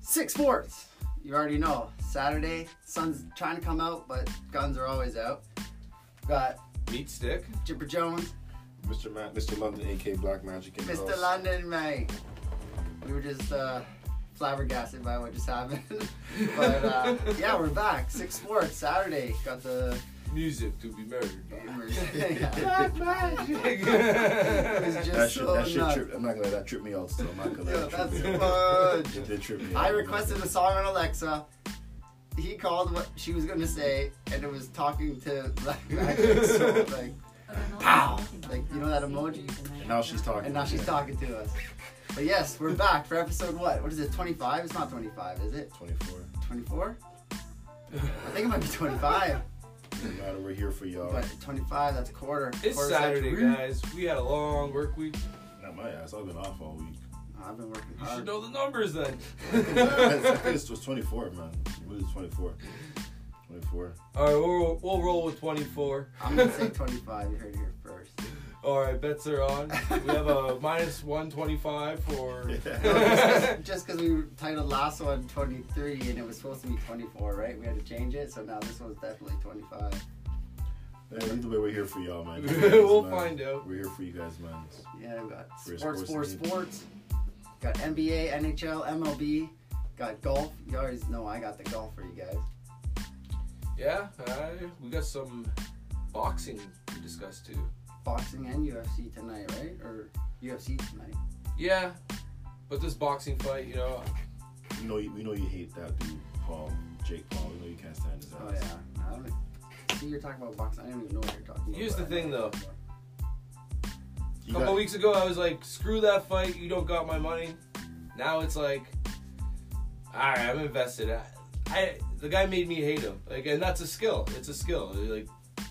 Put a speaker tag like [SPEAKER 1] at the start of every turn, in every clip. [SPEAKER 1] Six Sports. You already know. Saturday, sun's trying to come out, but guns are always out. Got
[SPEAKER 2] Meat stick.
[SPEAKER 1] Jipper Jones,
[SPEAKER 3] Mr. Ma- Mr. London, aka Black Magic. In the
[SPEAKER 1] Mr.
[SPEAKER 3] house.
[SPEAKER 1] London, mate. We were just uh, flabbergasted by what just happened. but uh, yeah, we're back. Six Sports, Saturday. Got the.
[SPEAKER 2] Music to be murdered.
[SPEAKER 1] it
[SPEAKER 2] Black magic.
[SPEAKER 1] was just
[SPEAKER 3] That shit,
[SPEAKER 1] so
[SPEAKER 3] that shit
[SPEAKER 1] nuts.
[SPEAKER 3] tripped. I'm not gonna lie, that tripped me out still. I'm not gonna lie.
[SPEAKER 1] Yo,
[SPEAKER 3] that tripped
[SPEAKER 1] that's
[SPEAKER 3] me out.
[SPEAKER 1] fudge.
[SPEAKER 3] It did trip me
[SPEAKER 1] I
[SPEAKER 3] out.
[SPEAKER 1] requested a song on Alexa. He called what she was gonna say, and it was talking to Black Magic. So like, pow! Like you know that emoji.
[SPEAKER 3] And now she's talking.
[SPEAKER 1] And now she's talking to us. But yes, we're back for episode what? What is it? 25? It's not 25, is it?
[SPEAKER 3] 24.
[SPEAKER 1] 24? I think it might be 25.
[SPEAKER 3] Doesn't matter. We're here for y'all.
[SPEAKER 1] But 25, that's a quarter.
[SPEAKER 2] It's
[SPEAKER 1] quarter
[SPEAKER 2] Saturday,
[SPEAKER 1] century.
[SPEAKER 2] guys. We had a long work week.
[SPEAKER 3] Not my ass. I've been off all week.
[SPEAKER 1] I've been working
[SPEAKER 2] You should
[SPEAKER 1] hard.
[SPEAKER 2] know the numbers then.
[SPEAKER 3] I think this was 24, man. What is 24? 24.
[SPEAKER 2] All right, we'll, we'll roll with 24.
[SPEAKER 1] I'm gonna say 25. You heard it here first.
[SPEAKER 2] All right, bets are on. We have a minus 125 for.
[SPEAKER 1] No, just because we titled last one 23 and it was supposed to be 24, right? We had to change it, so now this one's definitely 25.
[SPEAKER 3] Man, either way, we're here for y'all, man.
[SPEAKER 2] We'll
[SPEAKER 3] Man,
[SPEAKER 2] find out.
[SPEAKER 3] We're here for you guys, man.
[SPEAKER 1] Yeah, we got
[SPEAKER 3] We're
[SPEAKER 1] sports, sports,
[SPEAKER 3] sports indeed.
[SPEAKER 1] sports. Got NBA, NHL, MLB. Got golf. You always know I got the golf for you guys.
[SPEAKER 2] Yeah, I, we got some boxing to discuss too.
[SPEAKER 1] Boxing and UFC tonight, right? Or UFC tonight.
[SPEAKER 2] Yeah, but this boxing fight, you know,
[SPEAKER 3] We know you, we know you hate that dude, Paul, Jake Paul. We know you can't stand his ass.
[SPEAKER 1] Oh yeah. I don't, see, you're talking about boxing. I don't even know what you're talking about.
[SPEAKER 2] Here's
[SPEAKER 1] but
[SPEAKER 2] the
[SPEAKER 1] I know
[SPEAKER 2] thing,
[SPEAKER 1] what you're
[SPEAKER 2] though.
[SPEAKER 1] talking about.
[SPEAKER 3] You
[SPEAKER 2] couple
[SPEAKER 3] got-
[SPEAKER 2] weeks ago I was like, screw that fight, you don't got my money. Now it's like, all right, I'm invested. I, I the guy made me hate him. Like, and that's a skill. It's a skill. Like,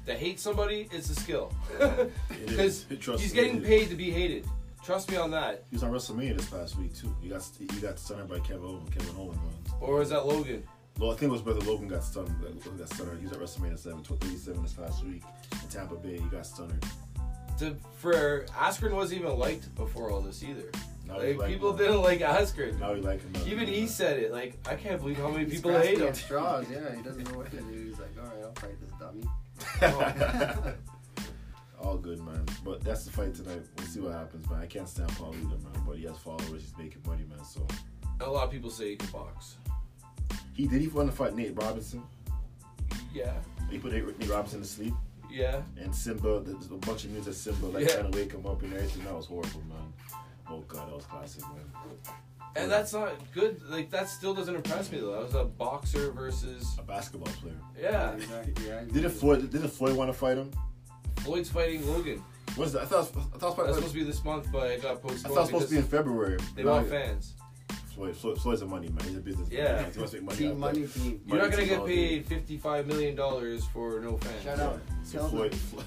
[SPEAKER 2] to hate somebody, it's a skill.
[SPEAKER 3] It is.
[SPEAKER 2] Because
[SPEAKER 3] Trust
[SPEAKER 2] he's
[SPEAKER 3] me, it
[SPEAKER 2] getting
[SPEAKER 3] is.
[SPEAKER 2] paid to be hated. Trust me on that.
[SPEAKER 3] He was on WrestleMania this past week too. He got he got stunned by Kevin Owens. Kevin Owens, man.
[SPEAKER 2] Or is that Logan?
[SPEAKER 3] Well, I think it was brother Logan got stunned. that Logan got stunned. He was at WrestleMania 7, 27 this past week in Tampa Bay. He got stunned.
[SPEAKER 2] To for Askren wasn't even liked before all this either.
[SPEAKER 3] Now
[SPEAKER 2] Like,
[SPEAKER 3] like
[SPEAKER 2] people
[SPEAKER 3] him.
[SPEAKER 2] didn't like Askren.
[SPEAKER 3] Now he like him. man.
[SPEAKER 2] Even he said it. Like, I can't believe how many
[SPEAKER 1] He's
[SPEAKER 2] people hate
[SPEAKER 1] grasping
[SPEAKER 2] him.
[SPEAKER 1] at straws. Yeah, he doesn't know what to do. He's like, all right, I'll fight this dummy.
[SPEAKER 2] Oh.
[SPEAKER 3] All good, man. But that's the fight tonight. We'll see what happens, man. I can't stand Paul either, man. But he has followers. He's making money, man. So
[SPEAKER 2] A lot of people say he can box.
[SPEAKER 3] he did. He want to fight Nate Robinson.
[SPEAKER 2] Yeah.
[SPEAKER 3] He put Nate, Nate Robinson to sleep.
[SPEAKER 2] Yeah.
[SPEAKER 3] And Simba, there's a bunch of news that Simba like
[SPEAKER 2] Yeah.
[SPEAKER 3] trying to wake him up and everything. That was horrible, man. Oh god, that was classic, man.
[SPEAKER 2] And that's not good. Like that still doesn't impress me though. That was a boxer versus
[SPEAKER 3] A basketball player.
[SPEAKER 2] yeah.
[SPEAKER 1] Exactly, yeah.
[SPEAKER 3] Didn't Floyd? Didn't Floyd want to fight him?
[SPEAKER 2] Floyd's fighting Logan.
[SPEAKER 3] What's that? I thought I thought,
[SPEAKER 2] That's
[SPEAKER 3] I
[SPEAKER 2] supposed to be this month, but it got postponed.
[SPEAKER 3] thought it was supposed to be in
[SPEAKER 2] because
[SPEAKER 3] February.
[SPEAKER 2] they
[SPEAKER 3] Now
[SPEAKER 2] want
[SPEAKER 3] he-
[SPEAKER 2] fans.
[SPEAKER 3] Floyd, Floyd, Floyd's a money man. He's a business.
[SPEAKER 2] Yeah.
[SPEAKER 3] man. he wants to make money.
[SPEAKER 1] Team
[SPEAKER 3] out
[SPEAKER 1] money
[SPEAKER 3] there.
[SPEAKER 1] team.
[SPEAKER 2] You're not gonna
[SPEAKER 3] Money's
[SPEAKER 2] get
[SPEAKER 3] all
[SPEAKER 2] paid fifty-five million dollars for no fans.
[SPEAKER 1] Shout
[SPEAKER 3] Yeah.
[SPEAKER 1] out.
[SPEAKER 3] So
[SPEAKER 1] Tell them.
[SPEAKER 3] Floyd, Floyd,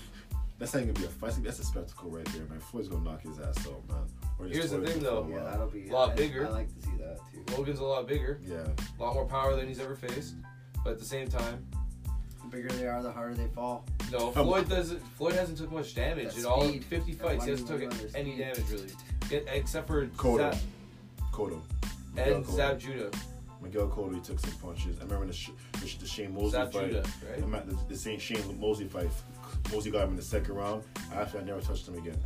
[SPEAKER 3] that's not gonna be a fight. That's a spectacle right there, man. Floyd's gonna knock his ass out, man. Or just
[SPEAKER 2] Here's the
[SPEAKER 3] Floyd
[SPEAKER 2] thing,
[SPEAKER 3] for a
[SPEAKER 2] though.
[SPEAKER 3] while.
[SPEAKER 1] Yeah, that'll be
[SPEAKER 2] A lot
[SPEAKER 1] I-
[SPEAKER 2] bigger.
[SPEAKER 1] I like to see that too.
[SPEAKER 2] Logan's a lot bigger,
[SPEAKER 3] Yeah.
[SPEAKER 2] a lot more power than he's ever faced. But at the same time,
[SPEAKER 1] The bigger they are, the harder they fall.
[SPEAKER 2] no,
[SPEAKER 3] Come
[SPEAKER 2] Floyd doesn't. Floyd hasn't took much damage
[SPEAKER 1] That
[SPEAKER 2] in all
[SPEAKER 1] speed.
[SPEAKER 2] fifty
[SPEAKER 1] That
[SPEAKER 2] fights.
[SPEAKER 1] one
[SPEAKER 2] He hasn't took
[SPEAKER 1] millimeter
[SPEAKER 2] any
[SPEAKER 1] speed.
[SPEAKER 2] damage really, Get- except for
[SPEAKER 3] Cotto.
[SPEAKER 2] Zab
[SPEAKER 3] Cotto. Miguel
[SPEAKER 2] and
[SPEAKER 3] Cotto.
[SPEAKER 2] Zab Judah.
[SPEAKER 3] Miguel Cotto, he took some punches. I remember the, sh- the, sh- the Shane Mosley
[SPEAKER 2] Zab
[SPEAKER 3] fight.
[SPEAKER 2] Judah, right?
[SPEAKER 3] I mean, the, the same Shane Mosley fight. Mosley got him in the second round. After I never touched him again.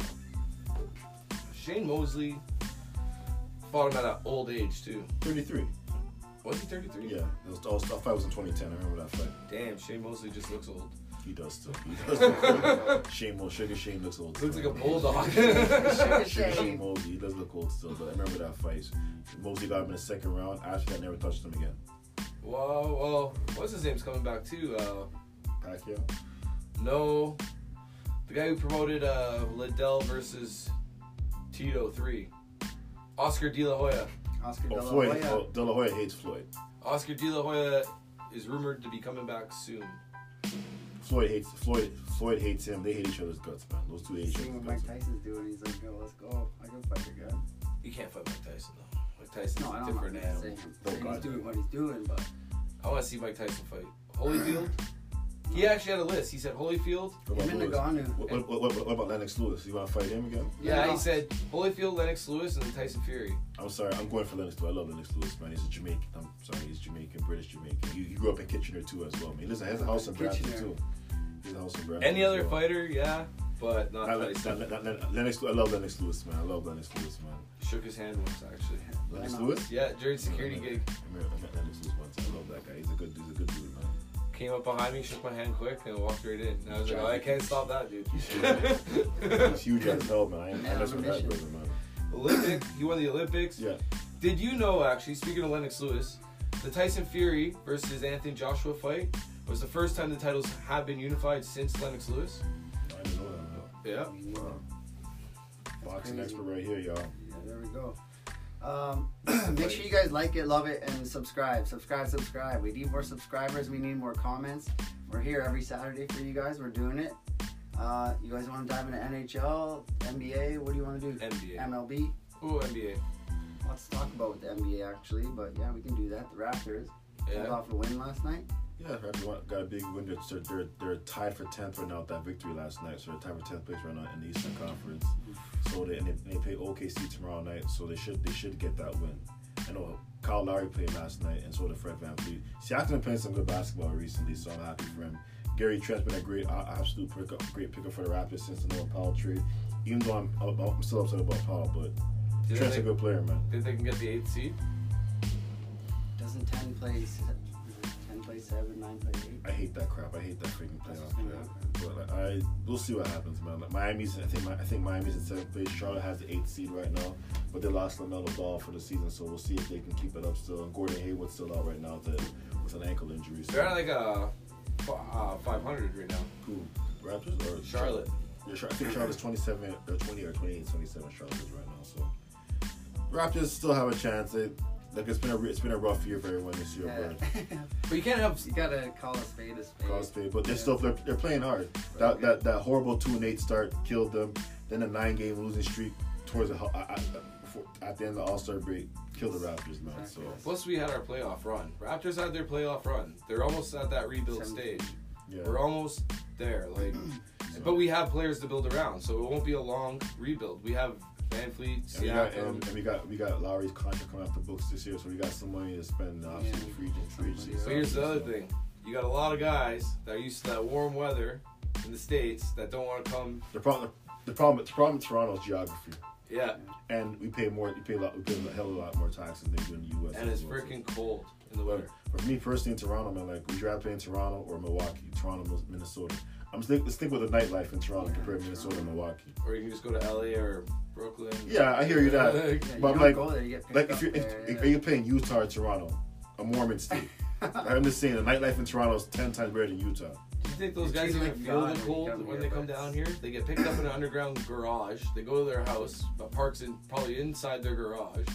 [SPEAKER 2] Shane Mosley fought him at an old age too.
[SPEAKER 3] 33.
[SPEAKER 2] Was he 33?
[SPEAKER 3] Yeah, it was, all, that fight was in 2010. I remember that fight.
[SPEAKER 2] Damn, Shane Mosley just looks old.
[SPEAKER 3] He does still. He does look old. Shane Mo, Sugar Shane looks old.
[SPEAKER 2] Looks like a
[SPEAKER 3] still.
[SPEAKER 2] bulldog.
[SPEAKER 1] Sugar
[SPEAKER 3] Sugar Shane
[SPEAKER 1] Shane.
[SPEAKER 3] Mosley, he does look old still, but I remember that fight. Mosley got him in the second round. After that, never touched him again.
[SPEAKER 2] wow, well, what's his name's coming back too? Uh,
[SPEAKER 3] Pacquiao.
[SPEAKER 2] no, the guy who promoted uh, Liddell versus Tito three, Oscar De La Hoya.
[SPEAKER 1] Oscar
[SPEAKER 3] Oh,
[SPEAKER 1] De La
[SPEAKER 3] Floyd.
[SPEAKER 1] Hoya.
[SPEAKER 3] Oh, De La Hoya hates Floyd.
[SPEAKER 2] Oscar De La Hoya is rumored to be coming back soon.
[SPEAKER 3] Floyd hates Floyd. Floyd hates him. They hate each other's guts, man. Those two hate each
[SPEAKER 1] Seeing
[SPEAKER 3] other's
[SPEAKER 1] what Mike
[SPEAKER 3] guts.
[SPEAKER 1] Tyson's doing, he's like, yo, let's go. I can fight again.
[SPEAKER 2] You can't fight Mike Tyson though. Mike Tyson's
[SPEAKER 1] No, I
[SPEAKER 2] a
[SPEAKER 1] don't
[SPEAKER 2] different
[SPEAKER 1] know. I'm not
[SPEAKER 2] animal.
[SPEAKER 1] saying him.
[SPEAKER 3] Oh,
[SPEAKER 1] saying he's
[SPEAKER 3] God.
[SPEAKER 1] doing what he's doing, but
[SPEAKER 2] I want to see Mike Tyson fight Holyfield. He actually had a list. He said Holyfield.
[SPEAKER 3] What about
[SPEAKER 1] Him and
[SPEAKER 3] Lewis?
[SPEAKER 1] Ngannou.
[SPEAKER 3] What, what, what, what about Lennox Lewis? You want to fight him again?
[SPEAKER 2] Yeah,
[SPEAKER 1] Yeah.
[SPEAKER 2] he said Holyfield, Lennox Lewis, and Tyson Fury.
[SPEAKER 3] I'm sorry, I'm going for Lennox Lewis. I love Lennox Lewis, man. He's a Jamaican. I'm sorry, he's Jamaican, British Jamaican. He, he grew up in Kitchener too, as well. Man, he lives in his house in Bradford
[SPEAKER 1] Kitchener.
[SPEAKER 3] too. He's a house in Bradford.
[SPEAKER 2] Any
[SPEAKER 3] as
[SPEAKER 2] other
[SPEAKER 3] well.
[SPEAKER 2] fighter, yeah, but not
[SPEAKER 3] Not Len-
[SPEAKER 2] Tyson.
[SPEAKER 3] not- not- not- Lennox, Lew- I love Lennox Lewis, man. I love Lennox Lewis, man.
[SPEAKER 2] Shook his hand once actually.
[SPEAKER 3] Lennox
[SPEAKER 1] not?
[SPEAKER 3] Lewis?
[SPEAKER 2] Yeah, during security gig,
[SPEAKER 3] I met- I met Lennox Lewis once. I love that guy. He's a good, he's a good dude, man.
[SPEAKER 2] came up behind me, shook my hand quick, and walked right in. And I was like, oh, I can't stop that dude.
[SPEAKER 3] He's huge as hell, man. I ain't
[SPEAKER 1] Man
[SPEAKER 3] I
[SPEAKER 1] on
[SPEAKER 3] mess
[SPEAKER 1] a
[SPEAKER 3] with that
[SPEAKER 1] mission.
[SPEAKER 3] brother, man.
[SPEAKER 2] Olympic, he won the Olympics.
[SPEAKER 3] Yeah.
[SPEAKER 2] Did you know, actually, speaking of Lennox Lewis, the Tyson Fury versus Anthony Joshua fight was the first time the titles have been unified since Lennox Lewis?
[SPEAKER 3] I didn't know that, man.
[SPEAKER 2] Yeah.
[SPEAKER 3] Wow. Boxing
[SPEAKER 1] crazy.
[SPEAKER 3] expert right here, y'all.
[SPEAKER 1] Yeah, there we go. Um, make sure you guys like it, love it, and subscribe. Subscribe, subscribe. We need more subscribers. We need more comments. We're here every Saturday for you guys. We're doing it. Uh, you guys want to dive into NHL, NBA? What do you want to do?
[SPEAKER 2] NBA.
[SPEAKER 1] MLB.
[SPEAKER 2] Ooh, NBA.
[SPEAKER 1] Lots to talk about with the NBA actually, but yeah, we can do that. The Raptors pulled
[SPEAKER 2] Yeah.
[SPEAKER 1] off a win last night.
[SPEAKER 3] Yeah, everyone got a big win. They're, they're, they're tied for 10th right now with that victory last night. So they're tied for 10th place right now in the Eastern Conference. So they, and they, they play OKC tomorrow night. So they should they should get that win. I know Kyle Lowry played last night and so did Fred Van Fleet. Seattle's been playing some good basketball recently, so I'm happy for him. Gary Trent's been a great, a- absolute pick up, great pickup for the Raptors since the Noah Powell trade. Even though I'm, I'm, I'm still upset about Powell, but
[SPEAKER 2] Do they
[SPEAKER 3] Trent's a
[SPEAKER 2] think,
[SPEAKER 3] good player, man.
[SPEAKER 2] think they can get the eighth seed?
[SPEAKER 1] Doesn't ten play se- ten play seven, nine play eight?
[SPEAKER 3] I hate that crap. I hate that freaking
[SPEAKER 1] That's
[SPEAKER 3] playoff.
[SPEAKER 1] what's gonna
[SPEAKER 3] crap.
[SPEAKER 1] happen.
[SPEAKER 3] But like, I we'll see what happens, man. Like, Miami's I think Mi- I think Miami's in seventh place. Charlotte has the eighth seed right now, but they lost Lamelo Ball for the season, so we'll see if they can keep it up still. And Gordon Hayward's still out right now with, a, with an ankle injury. So
[SPEAKER 2] They're at like a f- uh, 500 right now.
[SPEAKER 3] Who? Raptors or
[SPEAKER 2] Charlotte.
[SPEAKER 3] Yeah, Char- I think Charlotte's 27 or 20 or 28, 27. Charlotte is right now. So Raptors still have a chance. They, like it's been a re- it's been a rough year for everyone this year, but
[SPEAKER 1] Yeah.
[SPEAKER 2] But you can't have.
[SPEAKER 1] you gotta call a spade a spade.
[SPEAKER 3] Cosplay, but they're still they're, they're playing hard. That,
[SPEAKER 1] Okay.
[SPEAKER 3] that that horrible two and eight start killed them. Then a nine game losing streak towards the I, I, before, at the end of the All Star break killed the Raptors, man. So
[SPEAKER 2] Plus, we had our playoff run. Raptors had their playoff run. They're almost at that rebuild
[SPEAKER 1] Seven.
[SPEAKER 2] stage.
[SPEAKER 3] yeah,
[SPEAKER 2] We're almost there. Like, but we have players to build around, so it won't be a long rebuild. We have Van Fleet,
[SPEAKER 3] and we, got,
[SPEAKER 2] Siakam.
[SPEAKER 3] and, and we got we got Lowry's contract coming off the books this year, so we got some money to spend off
[SPEAKER 1] Yeah.
[SPEAKER 3] free agent- free agency.
[SPEAKER 2] But here's the other
[SPEAKER 3] So,
[SPEAKER 2] thing: you got a lot of guys that are used to that warm weather in the states that don't want to come.
[SPEAKER 3] The problem the problem the problem in Toronto is geography,
[SPEAKER 2] Yeah,
[SPEAKER 3] and we pay more we pay a lot we pay a hell of a lot more taxes than they do in the U.S.
[SPEAKER 2] and it's
[SPEAKER 3] as well, so-
[SPEAKER 2] freaking cold in the
[SPEAKER 3] But
[SPEAKER 2] winter.
[SPEAKER 3] for me personally in Toronto, man, like would you rather play in Toronto or Milwaukee? Toronto, Minnesota. I'm stick, let's stick with the nightlife in Toronto
[SPEAKER 1] Yeah,
[SPEAKER 3] compared to Minnesota and Milwaukee.
[SPEAKER 2] Or you can just go to LA or Brooklyn.
[SPEAKER 3] Yeah, I hear you that.
[SPEAKER 1] Yeah, you
[SPEAKER 3] But
[SPEAKER 1] don't
[SPEAKER 3] like-
[SPEAKER 1] go there, you get picked
[SPEAKER 3] Like
[SPEAKER 1] up
[SPEAKER 3] if you're if,
[SPEAKER 1] there,
[SPEAKER 3] if
[SPEAKER 1] yeah.
[SPEAKER 3] you're playing Utah or Toronto, a Mormon state. Like, I'm just saying the nightlife in Toronto is ten times better than Utah.
[SPEAKER 2] Do you think those
[SPEAKER 1] They
[SPEAKER 2] guys
[SPEAKER 1] treat
[SPEAKER 2] even
[SPEAKER 1] like
[SPEAKER 2] feel
[SPEAKER 1] God
[SPEAKER 2] the
[SPEAKER 1] when they
[SPEAKER 2] cold
[SPEAKER 1] come
[SPEAKER 2] when
[SPEAKER 1] here,
[SPEAKER 2] they come
[SPEAKER 1] but-
[SPEAKER 2] down here? They get picked up in an underground garage. They go to their house. The park's in, probably inside their garage.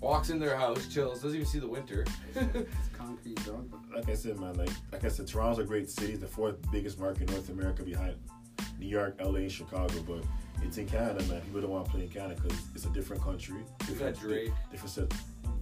[SPEAKER 2] Walks in their house, chills, doesn't even see the winter.
[SPEAKER 1] It's concrete jungle.
[SPEAKER 3] Like I said, man, like like I said, Toronto's a great city, the fourth biggest market in North America behind New York, LA, and Chicago, but it's in Canada, man. People don't want to play in Canada because it's a different country. Different,
[SPEAKER 2] Drake.
[SPEAKER 3] different set.